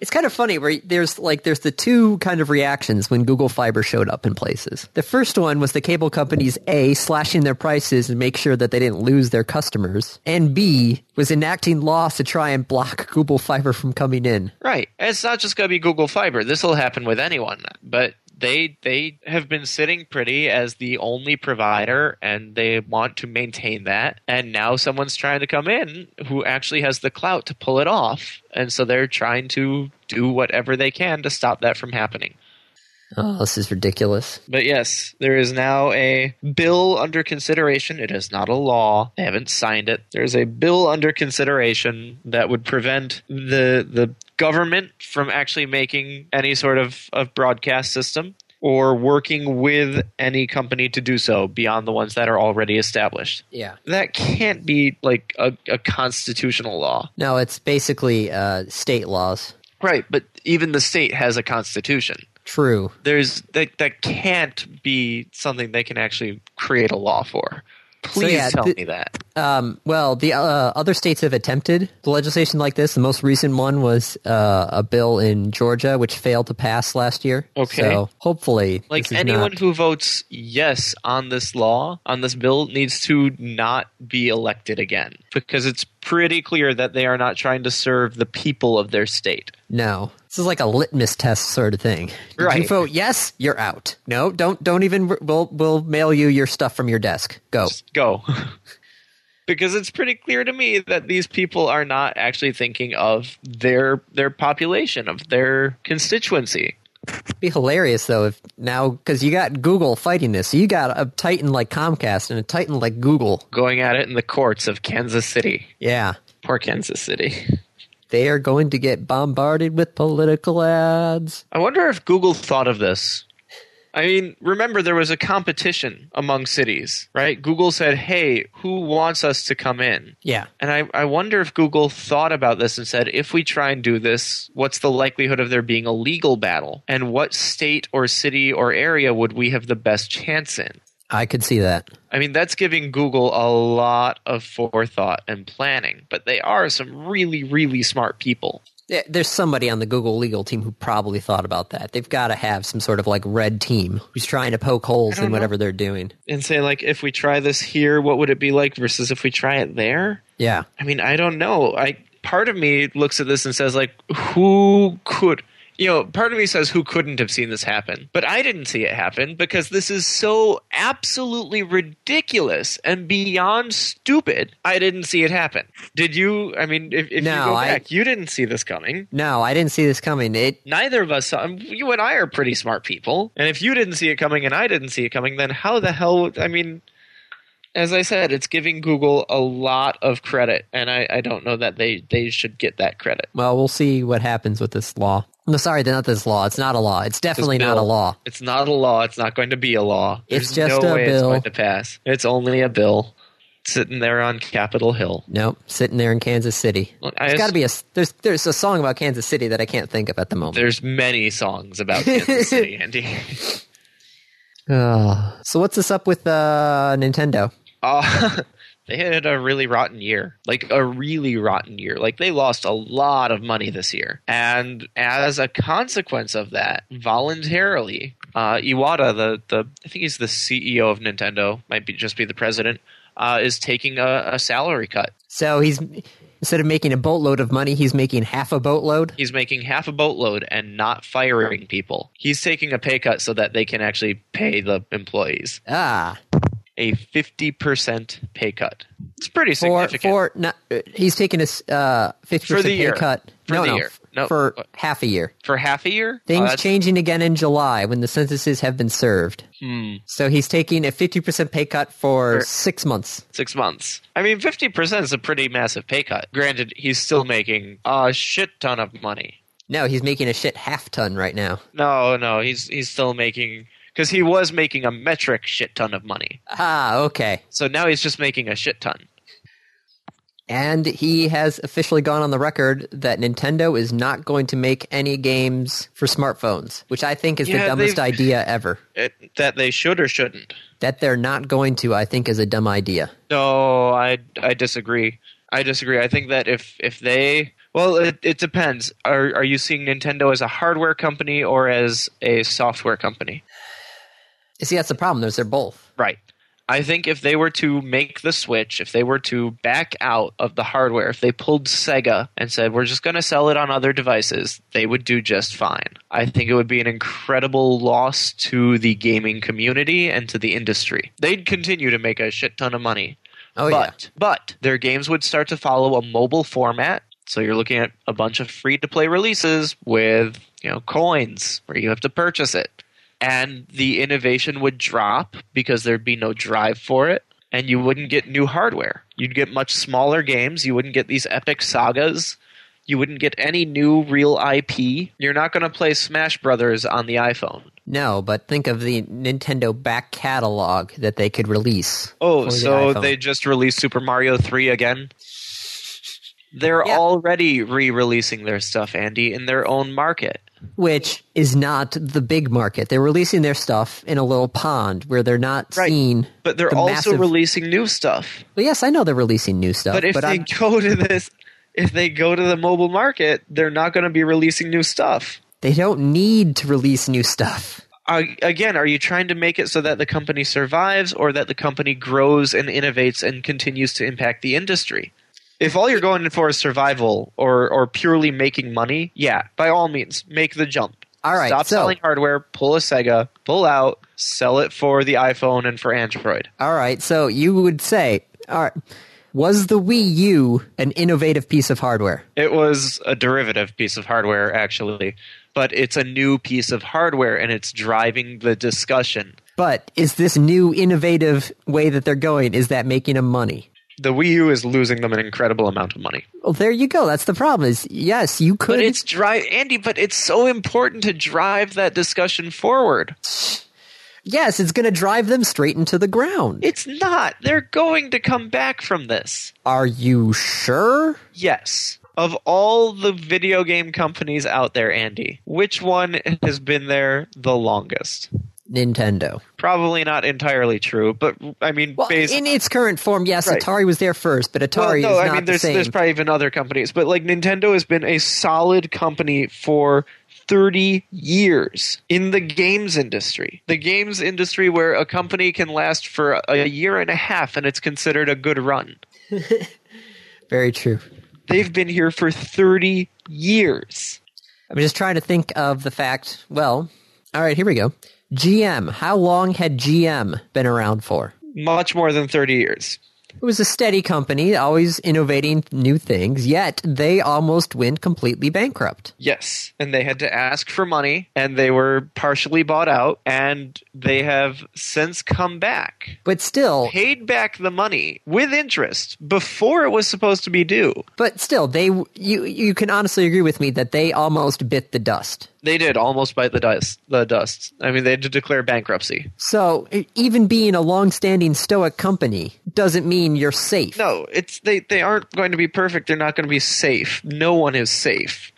It's kind of funny where there's like there's the two kind of reactions when Google Fiber showed up in places. The first one was the cable companies A slashing their prices and make sure that they didn't lose their customers, and B was enacting laws to try and block Google Fiber from coming in.
Right. And it's not just going to be Google Fiber. This will happen with anyone, but they they have been sitting pretty as the only provider and they want to maintain that. And now someone's trying to come in who actually has the clout to pull it off. And so they're trying to do whatever they can to stop that from happening.
Oh, this is ridiculous.
But yes, there is now a bill under consideration. It is not a law. They haven't signed it. There's a bill under consideration that would prevent the the government from actually making any sort of, of broadcast system or working with any company to do so beyond the ones that are already established.
Yeah.
That can't be like a, a constitutional law.
No, it's basically uh, state laws.
Right, but even the state has a constitution.
True.
there's that that can't be something they can actually create a law for. Please
yeah,
tell
th-
me that.
Um, well, the uh, other states have attempted legislation like this. The most recent one was uh, a bill in Georgia, which failed to pass last year.
Okay.
So hopefully,
Like
this is
anyone
not-
who votes yes on this law, on this bill needs to not be elected again because it's pretty clear that they are not trying to serve the people of their state.
No, this is like a litmus test sort of thing. Did You
Right.
vote yes, you're out. No, don't don't even. We'll we'll mail you your stuff from your desk. Go.
Go. because it's pretty clear to me that these people are not actually thinking of their their population, of their constituency.
It'd be hilarious though if now because you got Google fighting this, so you got a titan like Comcast and a titan like Google.
Going at it in the courts of Kansas City.
Yeah.
Poor Kansas City.
They are going to get bombarded with political ads.
I wonder if Google thought of this. I mean, remember there was a competition among cities, right? Google said, hey, who wants us to come in?
Yeah.
And I, I wonder if Google thought about this and said, if we try and do this, what's the likelihood of there being a legal battle? And what state or city or area would we have the best chance in?
I could see that.
I mean, that's giving Google a lot of forethought and planning, but they are some really, really smart people.
Yeah, There's somebody on the Google legal team who probably thought about that. They've got to have some sort of like red team who's trying to poke holes
Uh-huh.
in whatever they're doing.
And say, like, if we try this here, what would it be like versus if we try it there?
Yeah.
I mean, I don't know. I part of me looks at this and says, like, who could you know, part of me says who couldn't have seen this happen, but I didn't see it happen because this is so absolutely ridiculous and beyond stupid. I didn't see it happen. Did you? I mean, if, if
No,
you go
I-
back, you didn't see this coming.
No, I didn't see this coming. It
Neither of us saw. You and I are pretty smart people, and if you didn't see it coming and I didn't see it coming, then how the hell? I mean. As I said, it's giving Google a lot of credit, and I, I don't know that they, they should get that credit.
Well, we'll see what happens with this law. No, sorry, not this law. It's not a law. It's definitely
This
not a
bill.
law.
It's not a law. It's not going to be a law. There's
It's just
no
a
way it's
bill.
going to pass. It's only a bill sitting there on Capitol Hill.
Nope, sitting there in Kansas City.
Look, I
There's got to
ass-
be a there's there's a song about Kansas City that I can't think of at the moment.
There's many songs about Kansas City, Andy.
Ugh. so what's this up with uh, Nintendo?
Uh, they had a really rotten year. Like, a really rotten year. Like, they lost a lot of money this year. And as a consequence of that, voluntarily, uh, Iwata, the, the, I think he's the CEO of Nintendo, might be just be the president, uh, is taking a, a salary cut.
So he's instead of making a boatload of money, he's making half a boatload.
He's making half a boatload and not firing people. He's taking a pay cut so that they can actually pay the employees
Ah,
a 50% pay cut. It's pretty
for
significant.
for not, uh, he's taking a fifty uh,
For the
percent pay
year.
cut.
For
no,
the
no,
year.
f-
No.
for half a year.
For half a year? Oh,
Things
that's-
changing again in July when the censuses have been served.
hmm,
So he's taking a 50% pay cut for
For-
six months.
six months. I mean, 50% is a pretty massive pay cut. Granted, he's still making a shit ton of money.
No, he's making a shit half ton right now.
No, no, he's, he's still making. Because he was making a metric shit ton of money.
Ah, okay.
So now he's just making a shit ton.
And he has officially gone on the record that Nintendo is not going to make any games for smartphones, which I think is the
Yeah,
dumbest
they've-
idea ever.
It, that they should or shouldn't.
That they're not going to, I think, is a dumb idea.
No, I I disagree. I disagree. I think that if if they well, it, it depends. Are are you seeing Nintendo as a hardware company or as a software company?
You see, that's the problem. There's they're both.
Right. I think if they were to make the Switch, if they were to back out of the hardware, if they pulled Sega and said we're just going to sell it on other devices, they would do just fine. I think it would be an incredible loss to the gaming community and to the industry. They'd continue to make a shit ton of money
Oh, yeah.
but but their games would start to follow a mobile format. So you're looking at a bunch of free to play releases with you know coins where you have to purchase it, and the innovation would drop because there'd be no drive for it. And you wouldn't get new hardware. You'd get much smaller games. You wouldn't get these epic sagas. You wouldn't get any new real IP. You're not going to play Smash Brothers on the iPhone.
No, but think of the Nintendo back catalog that they could release.
Oh,
for the
so
iPhone.
they just released Super Mario 3 again? They're
Yeah.
already re releasing their stuff, Andy, in their own market.
which is not the big market. They're releasing their stuff in a little pond where they're not
Right.
seen.
But they're
the
also
massive-
releasing new stuff.
Well, yes, I know they're releasing new stuff,
But if they
I'm-
go to this, if they go to the mobile market, they're not going to be releasing new stuff.
they don't need to release new stuff.
Uh, again, are you trying to make it so that the company survives or that the company grows and innovates and continues to impact the industry? If all you're going for is survival or, or purely making money, yeah, by all means, make the jump.
All right,
Stop
so-
selling hardware, pull a Sega, pull out, sell it for the iPhone and for Android.
All right, so you would say, all right, was the Wii U an innovative piece of hardware?
It was a derivative piece of hardware, actually, but it's a new piece of hardware and it's driving the discussion.
But is this new innovative way that they're going is that making them money?
The Wii U is losing them an incredible amount of money.
Well, there you go. That's the problem. Is yes, you could.
But it's drive Andy, but it's so important to drive that discussion forward.
yes, it's going to drive them straight into the ground.
It's not. They're going to come back from this.
Are you sure?
Yes. Of all the video game companies out there, Andy, which one has been there the longest?
Nintendo.
Probably not entirely true, but I mean,
Well,
based
in its current form, yes,
Right.
Atari was there first, but
Well,
Atari
no,
is
I
not
mean,
the
there's
same.
there's probably even other companies, but like Nintendo has been a solid company for. 30 years in the games industry. The games industry where a company can last for a year and a half and it's considered a good run.
Very true.
They've been here for 30 years.
I'm just trying to think of the fact. Well, all right, here we go. GM. How long had GM been around for?
Much more than 30 years.
It was a steady company, always innovating new things, yet they almost went completely bankrupt.
Yes. And they had to ask for money and they were partially bought out and they have since come back.
But still,
Paid back the money with interest before it was supposed to be due.
but still they you you can honestly agree with me that they almost bit the dust.
They did almost bite the dust. The dust. I mean, they had to declare bankruptcy.
So, e, even being a long-standing stoic company doesn't mean you're safe.
No, it's they. They aren't going to be perfect. They're not going to be safe. No one is safe.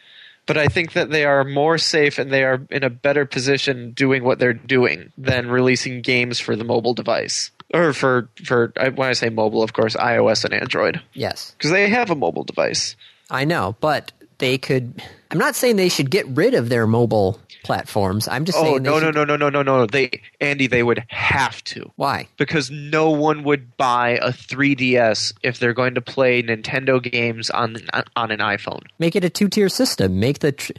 But I think that they are more safe and they are in a better position doing what they're doing than releasing games for the mobile device or for for I- when I say mobile, of course, iOS and Android
Yes.
because they have a mobile device.
I know, but they could I'm not saying they should get rid of their mobile platforms. I'm just
Oh
saying they
no no
should-
no no no no no! They Andy, they would have to.
why?
because no one would buy a 3DS if they're going to play Nintendo games on on an iPhone.
Make it a two-tier system. Make the tr-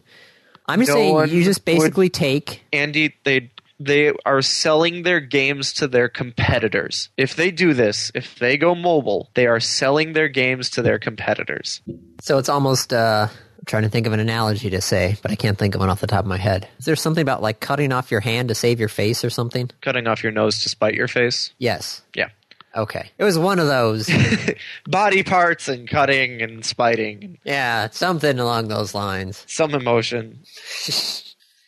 I'm just
No
saying
one
you just
would-
basically take
Andy, they they are selling their games to their competitors. If they do this, if they go mobile, they are selling their games to their competitors.
So it's almost uh, I'm trying to think of an analogy to say, but I can't think of one off the top of my head. Is there something about like cutting off your hand to save your face or something?
Cutting off your nose to spite your face.
Yes.
Yeah.
Okay. It was one of those.
Body parts and cutting and spiting.
yeah, something along those lines.
Some emotion.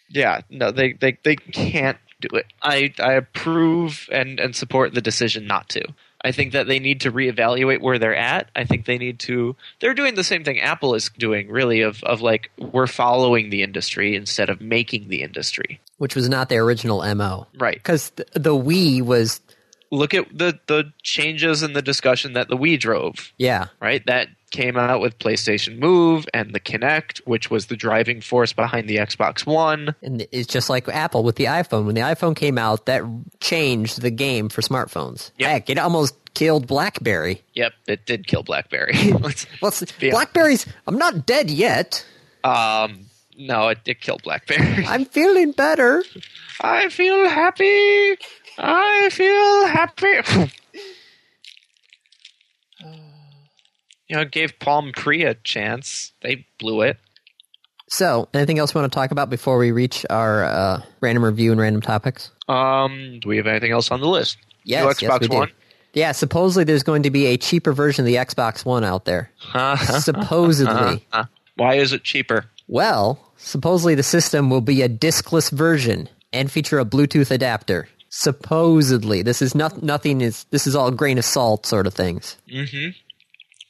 Yeah, no, they, they, they can't do it. I, I approve and, and support the decision not to. I think that they need to reevaluate where they're at. I think they need to. They're doing the same thing Apple is doing, really, of, of like, we're following the industry instead of making the industry.
Which was not their original MO.
Right.
Because th- the Wii was,
Look at the, the changes in the discussion that the Wii drove,
yeah,
right? That came out with PlayStation Move and the Kinect, which was the driving force behind the Xbox One.
and it's just like Apple with the iPhone. When the iPhone came out, that changed the game for smartphones.
Yep.
Heck, it almost killed BlackBerry.
Yep, it did kill BlackBerry. Let's-
Well, it's-
be honest.
BlackBerry's, I'm not dead yet.
Um, no, it, it killed BlackBerry.
I'm feeling better.
I feel happy. I feel happy. you know, it gave Palm Pre a chance. They blew it.
So, anything else we want to talk about before we reach our uh, random review and random topics?
Um, do we have anything else on the list?
Yes,
New
yes,
Xbox
we do.
One.
Yeah, supposedly there's going to be a cheaper version of the Xbox One out there.
Huh?
supposedly.
Uh, why is it cheaper?
well, supposedly the system will be a diskless version and feature a Bluetooth adapter. Supposedly, this is not nothing is this is all grain of salt sort of things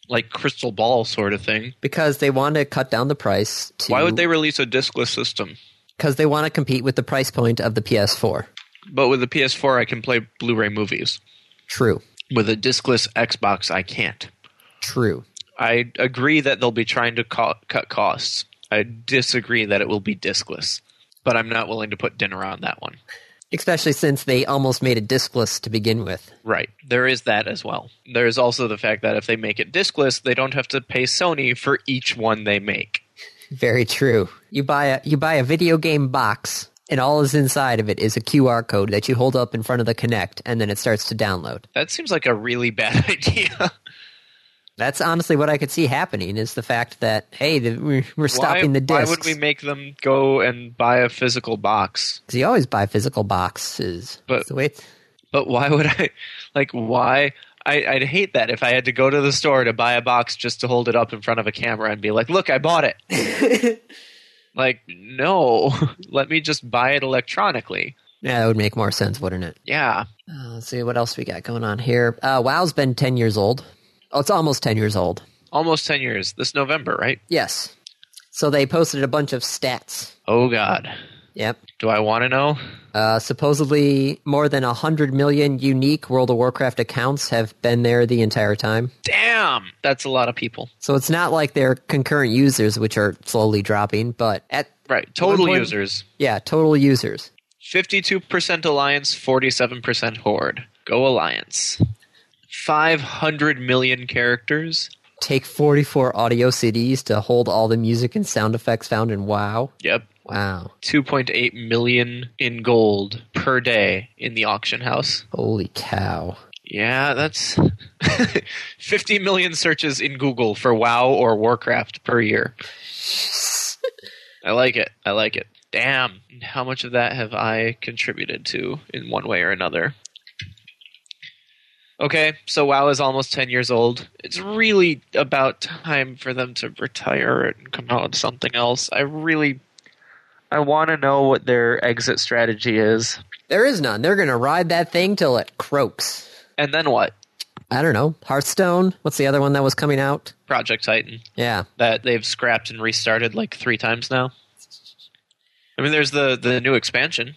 Like crystal ball sort of thing.
because they want to cut down the price. To,
Why would they release a discless system?
Because they want to compete with the price point of the PS4.
But with the PS4, I can play Blu-ray movies.
True,
With a discless Xbox, I can't.
true.
I agree that they'll be trying to co- cut costs. I disagree that it will be diskless, but I'm not willing to put dinner on that one.
Especially since they almost made it diskless to begin with.
Right. There is that as well. There is also the fact that if they make it diskless, they don't have to pay Sony for each one they make.
Very true. You buy a you buy a video game box and all is inside of it is a QR code that you hold up in front of the Kinect and then it starts to download.
That seems like a really bad idea.
That's honestly what I could see happening is the fact that hey, the, we're, we're
why,
stopping the
why
discs.
would we make them go and buy a physical box?
'Cause you always buy physical boxes.
But-
It's the way it's-
But why would I? Like, why? I, I'd hate that if I had to go to the store to buy a box just to hold it up in front of a camera and be like, look, I bought it. like, no, let me just buy it electronically.
yeah, that would make more sense, wouldn't it?
Yeah.
Uh, let's see what else we got going on here. Uh, WoW's been ten years old. Oh, it's almost ten years old.
Almost 10 years this November, right?
Yes. So they posted a bunch of stats
Oh, God.
Yep.
Do I want to know?
Uh, supposedly, more than 100 million unique World of Warcraft accounts have been there the entire time.
Damn, that's a lot of people.
So it's not like they're concurrent users, which are slowly dropping, but at
Right, total
One point-
users.
yeah, total users.
52% Alliance, 47% Horde. Go Alliance. 500 million characters.
Take 44 audio CDs to hold all the music and sound effects found in WoW.
Yep.
Wow.
2.8 million in gold per day in the auction house.
Holy cow.
Yeah, that's 50 million searches in Google for WoW or Warcraft per year. I like it. I like it. Damn. How much of that have I contributed to in one way or another? Okay, so WoW is almost 10 years old. It's really about time for them to retire it and come out with something else. I really I want to know what their exit strategy is.
There is none. They're going to ride that thing till it croaks.
And then what?
I don't know. Hearthstone? What's the other one that was coming out?
Project Titan.
Yeah.
that they've scrapped and restarted like three times now. I mean, there's the the new expansion,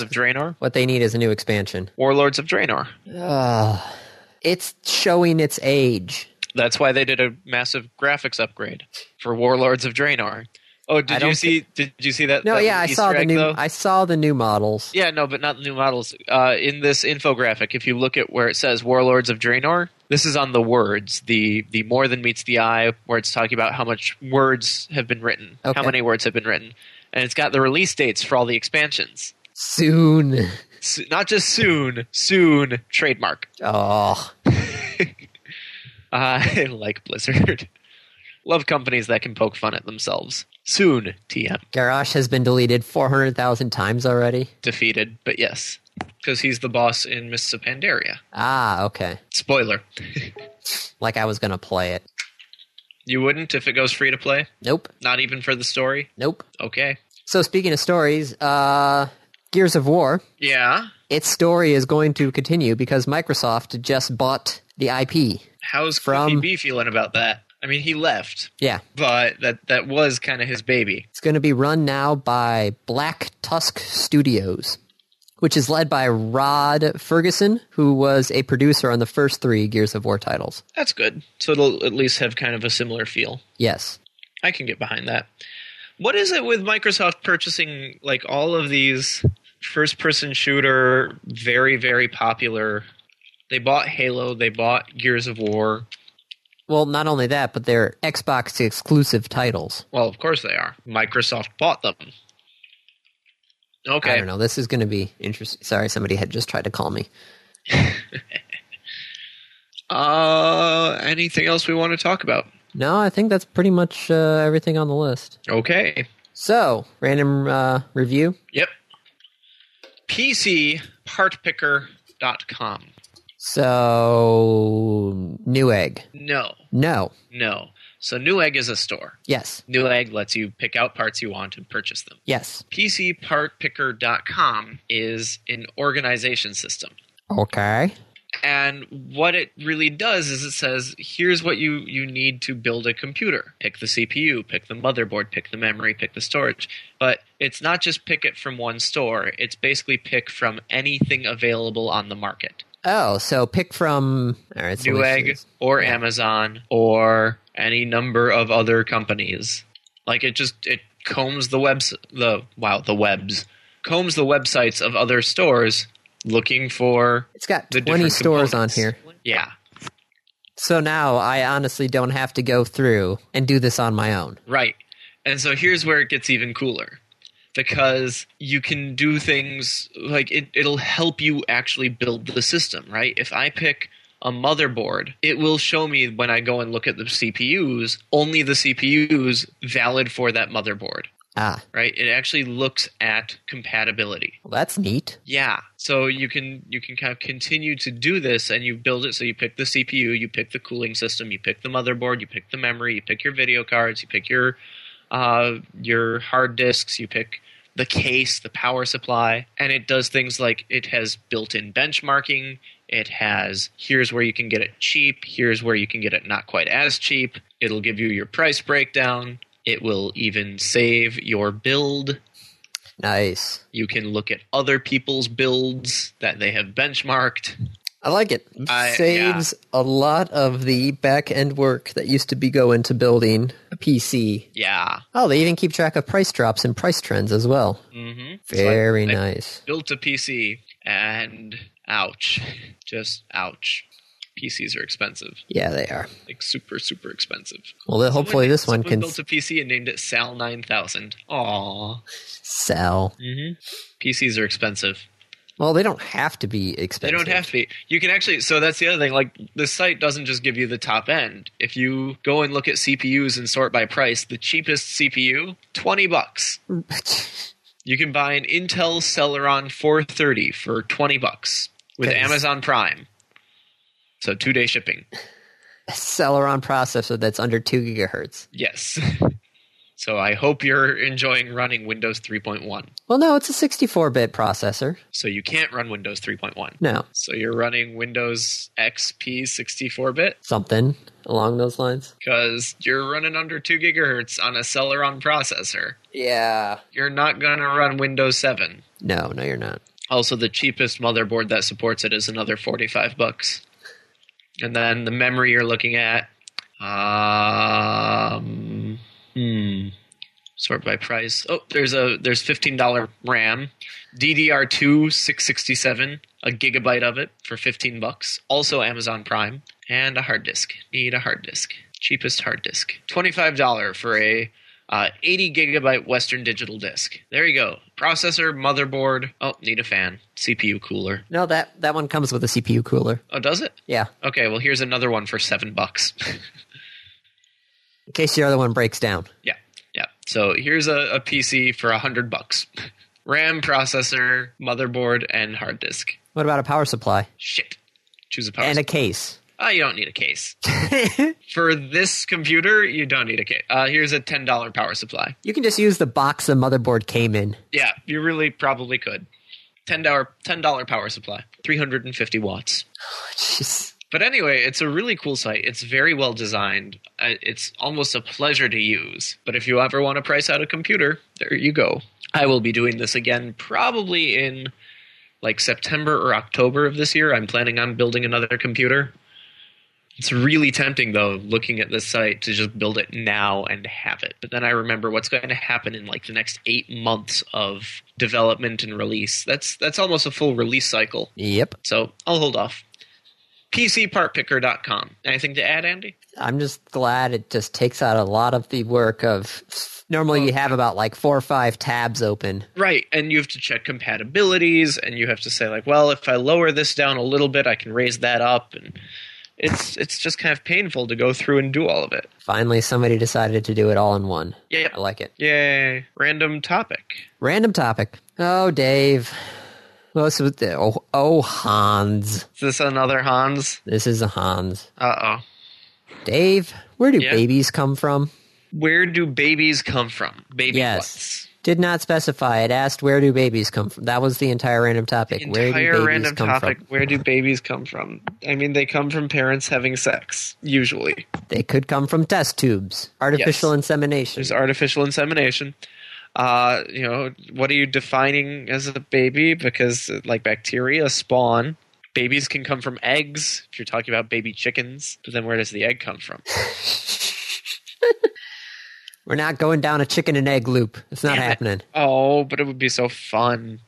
Yes.
of Draenor.
What they need is a new expansion.
Warlords of Draenor.
Ugh. It's showing its age.
That's why they did a massive graphics upgrade for Warlords of Draenor. Oh,
I
did you
don't
see? Did you see that?
No,
that
yeah, I
Easter
saw the
egg,
new.
though?
I saw the new models.
Yeah, no, but not the new models. Uh, in this infographic, if you look at where it says Warlords of Draenor, this is on the words, the the more than meets the eye, where it's talking about how much words have been written,
Okay.
how many words have been written, and it's got the release dates for all the expansions.
Soon.
S- not just soon, soon trademark,
Oh,
uh, like Blizzard. Love companies that can poke fun at themselves. Soon, TM
Garrosh has been deleted four hundred thousand times already.
defeated, but yes, because he's the boss in Mists of Pandaria.
Ah, okay.
Spoiler.
Like I was gonna play it.
You wouldn't if it goes free to play?
Nope.
Not even for the story?
Nope.
Okay.
So speaking of stories, uh, Gears of War.
Yeah.
Its story is going to continue because Microsoft just bought the IP.
How's
From-
Cookie B feeling about that? I mean, he left,
Yeah,
but that that was kind of his baby.
it's going to be run now by Black Tusk Studios, which is led by Rod Ferguson, who was a producer on the first three Gears of War titles.
That's good. So it'll at least have kind of a similar feel.
Yes.
I can get behind that. What is it with Microsoft purchasing like all of these first person shooter, very, very popular? They bought Halo, they bought Gears of War.
Well, not only that, but they're Xbox exclusive titles.
Well, of course they are. Microsoft bought them.
I
Okay.
don't know. This is going to be interesting. Sorry, somebody had just tried to call me.
Uh anything else we want to talk about?
No, I think that's pretty much uh, everything on the list.
Okay.
So, random uh, review.
Yep. PC partpicker.com.
So, Newegg.
No.
No.
No. So Newegg is a store.
Yes.
Newegg lets you pick out parts you want and purchase them.
Yes.
PCPartPicker.com is an organization system.
Okay.
And what it really does is it says, here's what you, you need to build a computer. Pick the CPU, pick the motherboard, pick the memory, pick the storage. But it's not just pick it from one store, it's basically pick from anything available on the market.
Oh, so pick from all right, so let's
Newegg
choose-
or Amazon or any number of other companies. Like it just it combs the webs the wow the webs combs the websites of other stores looking for
It's got
the
20
different
stores
components.
on here.
Yeah,
So now I honestly don't have to go through and do this on my own.
right. And so here's where it gets even cooler because you can do things like it, it'll help you actually build the system, right? If I pick a motherboard, it will show me when I go and look at the CPUs, only the CPUs valid for that motherboard,
Ah,
right? It actually looks at compatibility.
well, that's neat.
Yeah. So you can you can kind of continue to do this and you build it so you pick the CPU, you pick the cooling system, you pick the motherboard, you pick the memory, you pick your video cards, you pick your uh, your hard disks, you pick the case, the power supply, and it does things like it has built-in benchmarking, it has here's where you can get it cheap, here's where you can get it not quite as cheap. It'll give you your price breakdown. It will even save your build
Nice.
You can look at other people's builds that they have benchmarked.
I like it.
I-
Saves a lot of the back end work that used to be going to building a PC.
Yeah.
Oh, they even keep track of price drops and price trends as well.
hmm
Very
I-
nice.
Built a PC and ouch. Just ouch. PCs are expensive.
Yeah, they are.
Like super, super expensive.
Well, then hopefully this one
Someone
can
built a PC and named it Sal 9000. Aww.
sell.
PCs are expensive.
Well, they don't have to be
They
expensive.
don't have to be. You can actually. So that's the other thing. Like the site doesn't just give you the top end. If you go and look at CPUs and sort by price, the cheapest CPU, twenty bucks. You can buy an Intel Celeron 430 for twenty bucks with
Okay.
Amazon Prime. So two day shipping.
Celeron processor that's under two gigahertz.
Yes. so I hope you're enjoying running Windows 3.1.
Well, no, it's a 64 bit processor.
So you can't run Windows 3.1.
No,
So you're running Windows XP 64-bit.
something along those lines.
because you're running under 2 gigahertz on a Celeron processor.
Yeah.
You're not going to run Windows 7.
No, no, you're not.
Also, the cheapest motherboard that supports it is another 45 bucks. And then the memory you're looking at, um, hmm, sort by price. Oh, there's a there's $15 RAM, DDR2 667, a gigabyte of it for 15 bucks. Also Amazon Prime and a hard disk. Need a hard disk. Cheapest hard disk. $25 for a uh, 80 gigabyte Western Digital disk. There you go. Processor, motherboard. Oh, need a fan. CPU cooler.
No, that that one comes with a CPU cooler.
Oh, does it?
Yeah.
Okay, well here's another one for seven bucks.
In case the other one breaks down.
yeah, yeah. So here's a, a PC for a hundred bucks. RAM, processor, motherboard, and hard disk.
What about a power supply
Shit. Choose a power.
and a case?
oh, you don't need a case for this computer. You don't need a case. Uh, here's a ten dollar power supply.
You can just use the box the motherboard came in.
Yeah, you really probably could. Ten dollar ten dollar power supply. Three hundred and fifty watts.
Jeez.
But anyway, it's a really cool site. It's very well designed. Uh, It's almost a pleasure to use. But if you ever want to price out a computer, there you go. I will be doing this again probably in like September or October of this year. I'm planning on building another computer. It's really tempting though, looking at this site to just build it now and have it. But then I remember what's going to happen in like the next eight months of development and release. That's that's almost a full release cycle.
Yep.
So I'll hold off. PCPartPicker.com. Anything to add, Andy?
I'm just glad it just takes out a lot of the work of. Normally, you have about like four or five tabs open.
Right, and you have to check compatibilities, and you have to say like, well, if I lower this down a little bit, I can raise that up, and it's it's just kind of painful to go through and do all of it.
Finally, somebody decided to do it all in one.
Yeah.
I like it.
Yay! Random topic.
Random topic. Oh, Dave. What's with the oh, oh Hans?
Is this another Hans?
This is a Hans.
Uh oh.
Dave, where do
Yeah.
babies come from?
Where do babies come from? Baby
Yes.
butts.
Did not specify. It asked where do babies come from. That was the entire random topic. where do
Entire
babies
random
come
topic.
from?
Where do babies come from? I mean, they come from parents having sex usually.
They could come from test tubes, artificial
Yes.
insemination.
there's artificial insemination. Uh, you know, what are you defining as a baby? Because uh, like bacteria spawn. Babies can come from eggs. If you're talking about baby chickens, but then where does the egg come from?
We're not going down a chicken and egg loop. It's not
Damn it.
happening.
Oh, but it would be so fun.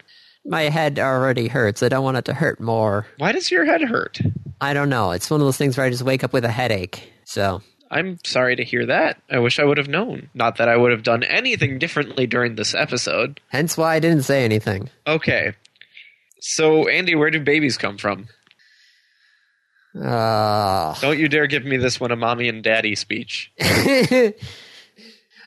My head already hurts. I don't want it to hurt more.
Why does your head hurt?
I don't know. It's one of those things where I just wake up with a headache. So
I'm sorry to hear that. I wish I would have known. Not that I would have done anything differently during this episode.
hence why I didn't say anything.
Okay. So, Andy, where do babies come from?
Uh,
Don't you dare give me this one a mommy and daddy speech.
that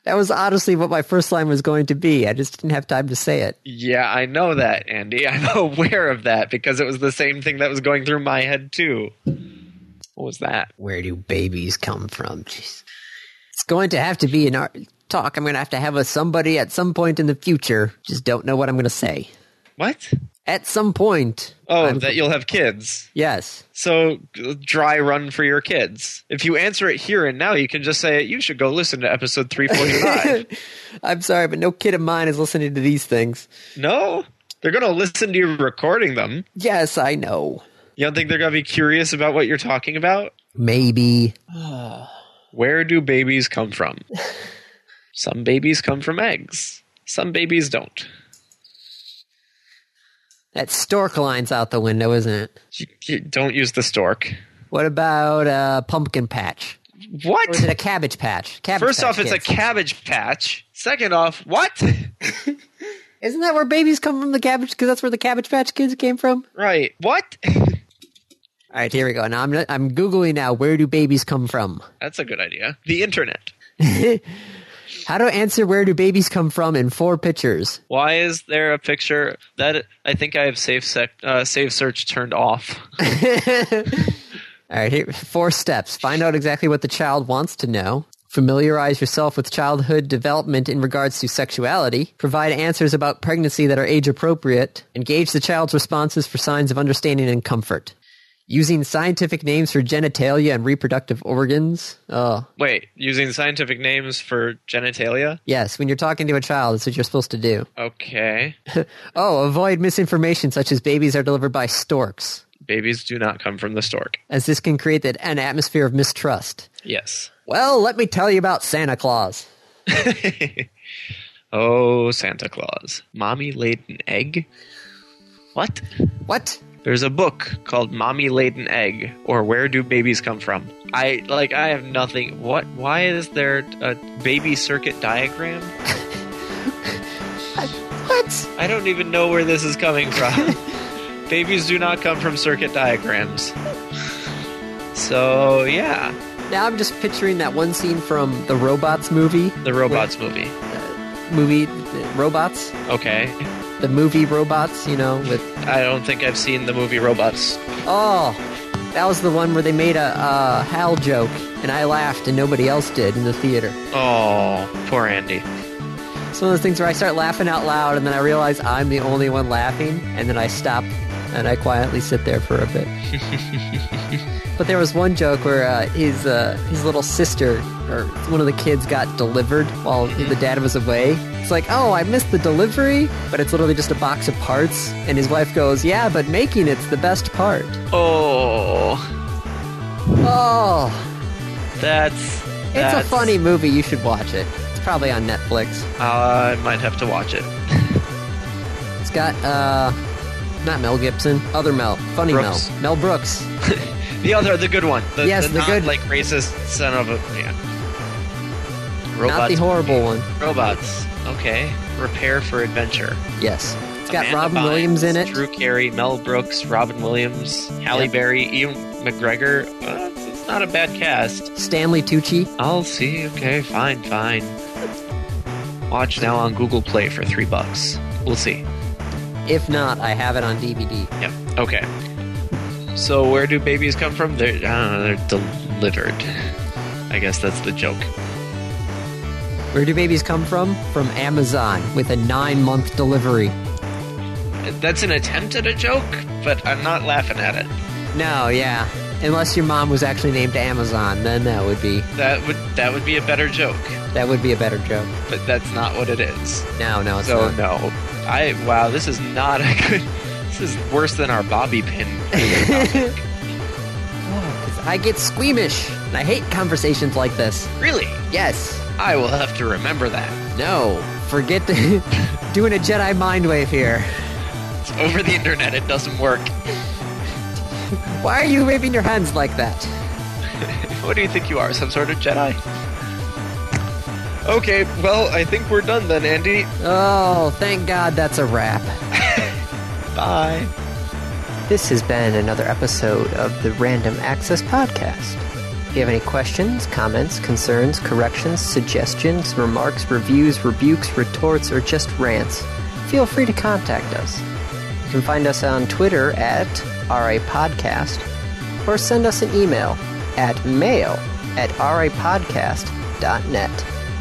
was honestly what my first line was going to be. I just didn't have time to say it.
Yeah, I know that, Andy. I'm aware of that because it was the same thing that was going through my head too. What was that?
Where do babies come from? Jeez. It's going to have to be an art talk. I'm going to have to have with somebody at some point in the future. Just don't know what I'm going to say.
What?
At some point.
Oh,
I'm-
that you'll have kids.
Yes.
So g- dry run for your kids. If you answer it here and now, you can just say you should go listen to episode three forty five.
I'm sorry, but no kid of mine is listening to these things.
no, they're going to listen to you recording them.
Yes, I know.
You don't think they're going to be curious about what you're talking about?
Maybe.
Where do babies come from? Some babies come from eggs. Some babies don't.
That stork line's out the window, isn't it?
You, you don't use the stork.
What about uh, pumpkin patch? Or is
What?
it a cabbage patch? Cabbage
First
patch
off, it's a
kids.
cabbage patch. Second off, what?
Isn't that where babies come from? The cabbage, because that's where the cabbage patch kids came from.
right. What?
All right, here we go. Now I'm I'm googling now. Where do babies come from?
That's a good idea. The internet.
How to answer where do babies come from in four pictures?
Why is there a picture that I think I have safe sec, uh, save search turned off?
All right, here four steps. Find out exactly what the child wants to know. Familiarize yourself with childhood development in regards to sexuality. Provide answers about pregnancy that are age appropriate. Engage the child's responses for signs of understanding and comfort. Using scientific names for genitalia and reproductive organs. Oh,
Wait, using scientific names for genitalia?
yes, when you're talking to a child, that's what you're supposed to do.
Okay.
Oh, avoid misinformation such as babies are delivered by storks,
Babies do not come from the stork.
as this can create that- an atmosphere of mistrust.
Yes.
Well, let me tell you about Santa Claus.
Oh, Santa Claus. Mommy laid an egg? What?
What?
There's a book called Mommy Laid an Egg or Where Do Babies Come From? I like I have nothing. What why is there a baby circuit diagram?
What?
I don't even know where this is coming from. Babies do not come from circuit diagrams. So, yeah,
Now I'm just picturing that one scene from the Robots movie.
the robots movie.
Movie the Robots?
Okay.
The movie Robots, you know, with
I don't think I've seen the movie Robots.
Oh, that was the one where they made a uh, Hal joke and I laughed and nobody else did in the theater.
Oh, poor Andy.
It's one of those things where I start laughing out loud and then I realize I'm the only one laughing and then I stop and I quietly sit there for a bit. but there was one joke where uh, his uh, his little sister or one of the kids got delivered while the dad was away. It's like, oh, I missed the delivery, but it's literally just a box of parts. And his wife goes, yeah, but making it's the best part.
Oh,
Oh,
that's.
it's
that's-
a funny movie. You should watch it. It's probably on Netflix.
I might have to watch it.
It's got uh, not Mel Gibson, other Mel, funny
Brooks.
Mel, Mel Brooks.
The other, the good one. The,
Yes, the
not,
good-
like racist son of a yeah.
Not the horrible one.
Robots. Okay. Repair for adventure.
Yes. It's got
Amanda
Robin
Bynes,
Williams in it.
Drew Carey, Mel Brooks, Robin Williams, Halle
Yep.
Berry, Ian McGregor. Uh, it's- it's not a bad cast.
Stanley Tucci.
I'll see. Okay, fine, fine. Watch now on Google Play for three bucks. We'll see.
If not, I have it on DVD.
Yep. Okay. So where do babies come from? They're I don't know, they're delivered. I guess that's the joke.
Where do babies come from? From Amazon with a nine month delivery.
That's an attempt at a joke, but I'm not laughing at it.
No, yeah. Unless your mom was actually named Amazon, then that would be
That would that would be a better joke,
that would be a better joke.
but that's not what it is.
No, no, it's
So
not.
no. I wow, this is not a good. This is worse than our bobby pin. topic.
'Cause I get squeamish and I hate conversations like this.
really,
Yes.
I will have to remember that.
No. Forget the, doing a Jedi mind wave here.
It's over the internet. It doesn't work.
Why are you waving your hands like that?
What do you think you are? Some sort of Jedi? Okay, well, I think we're done then, Andy.
Oh, thank God that's a wrap.
Bye.
This has been another episode of the Random Access Podcast. If you have any questions, comments, concerns, corrections, suggestions, remarks, reviews, rebukes, retorts, or just rants, feel free to contact us. You can find us on Twitter at RAPodcast or send us an email at mail at rapodcast.net.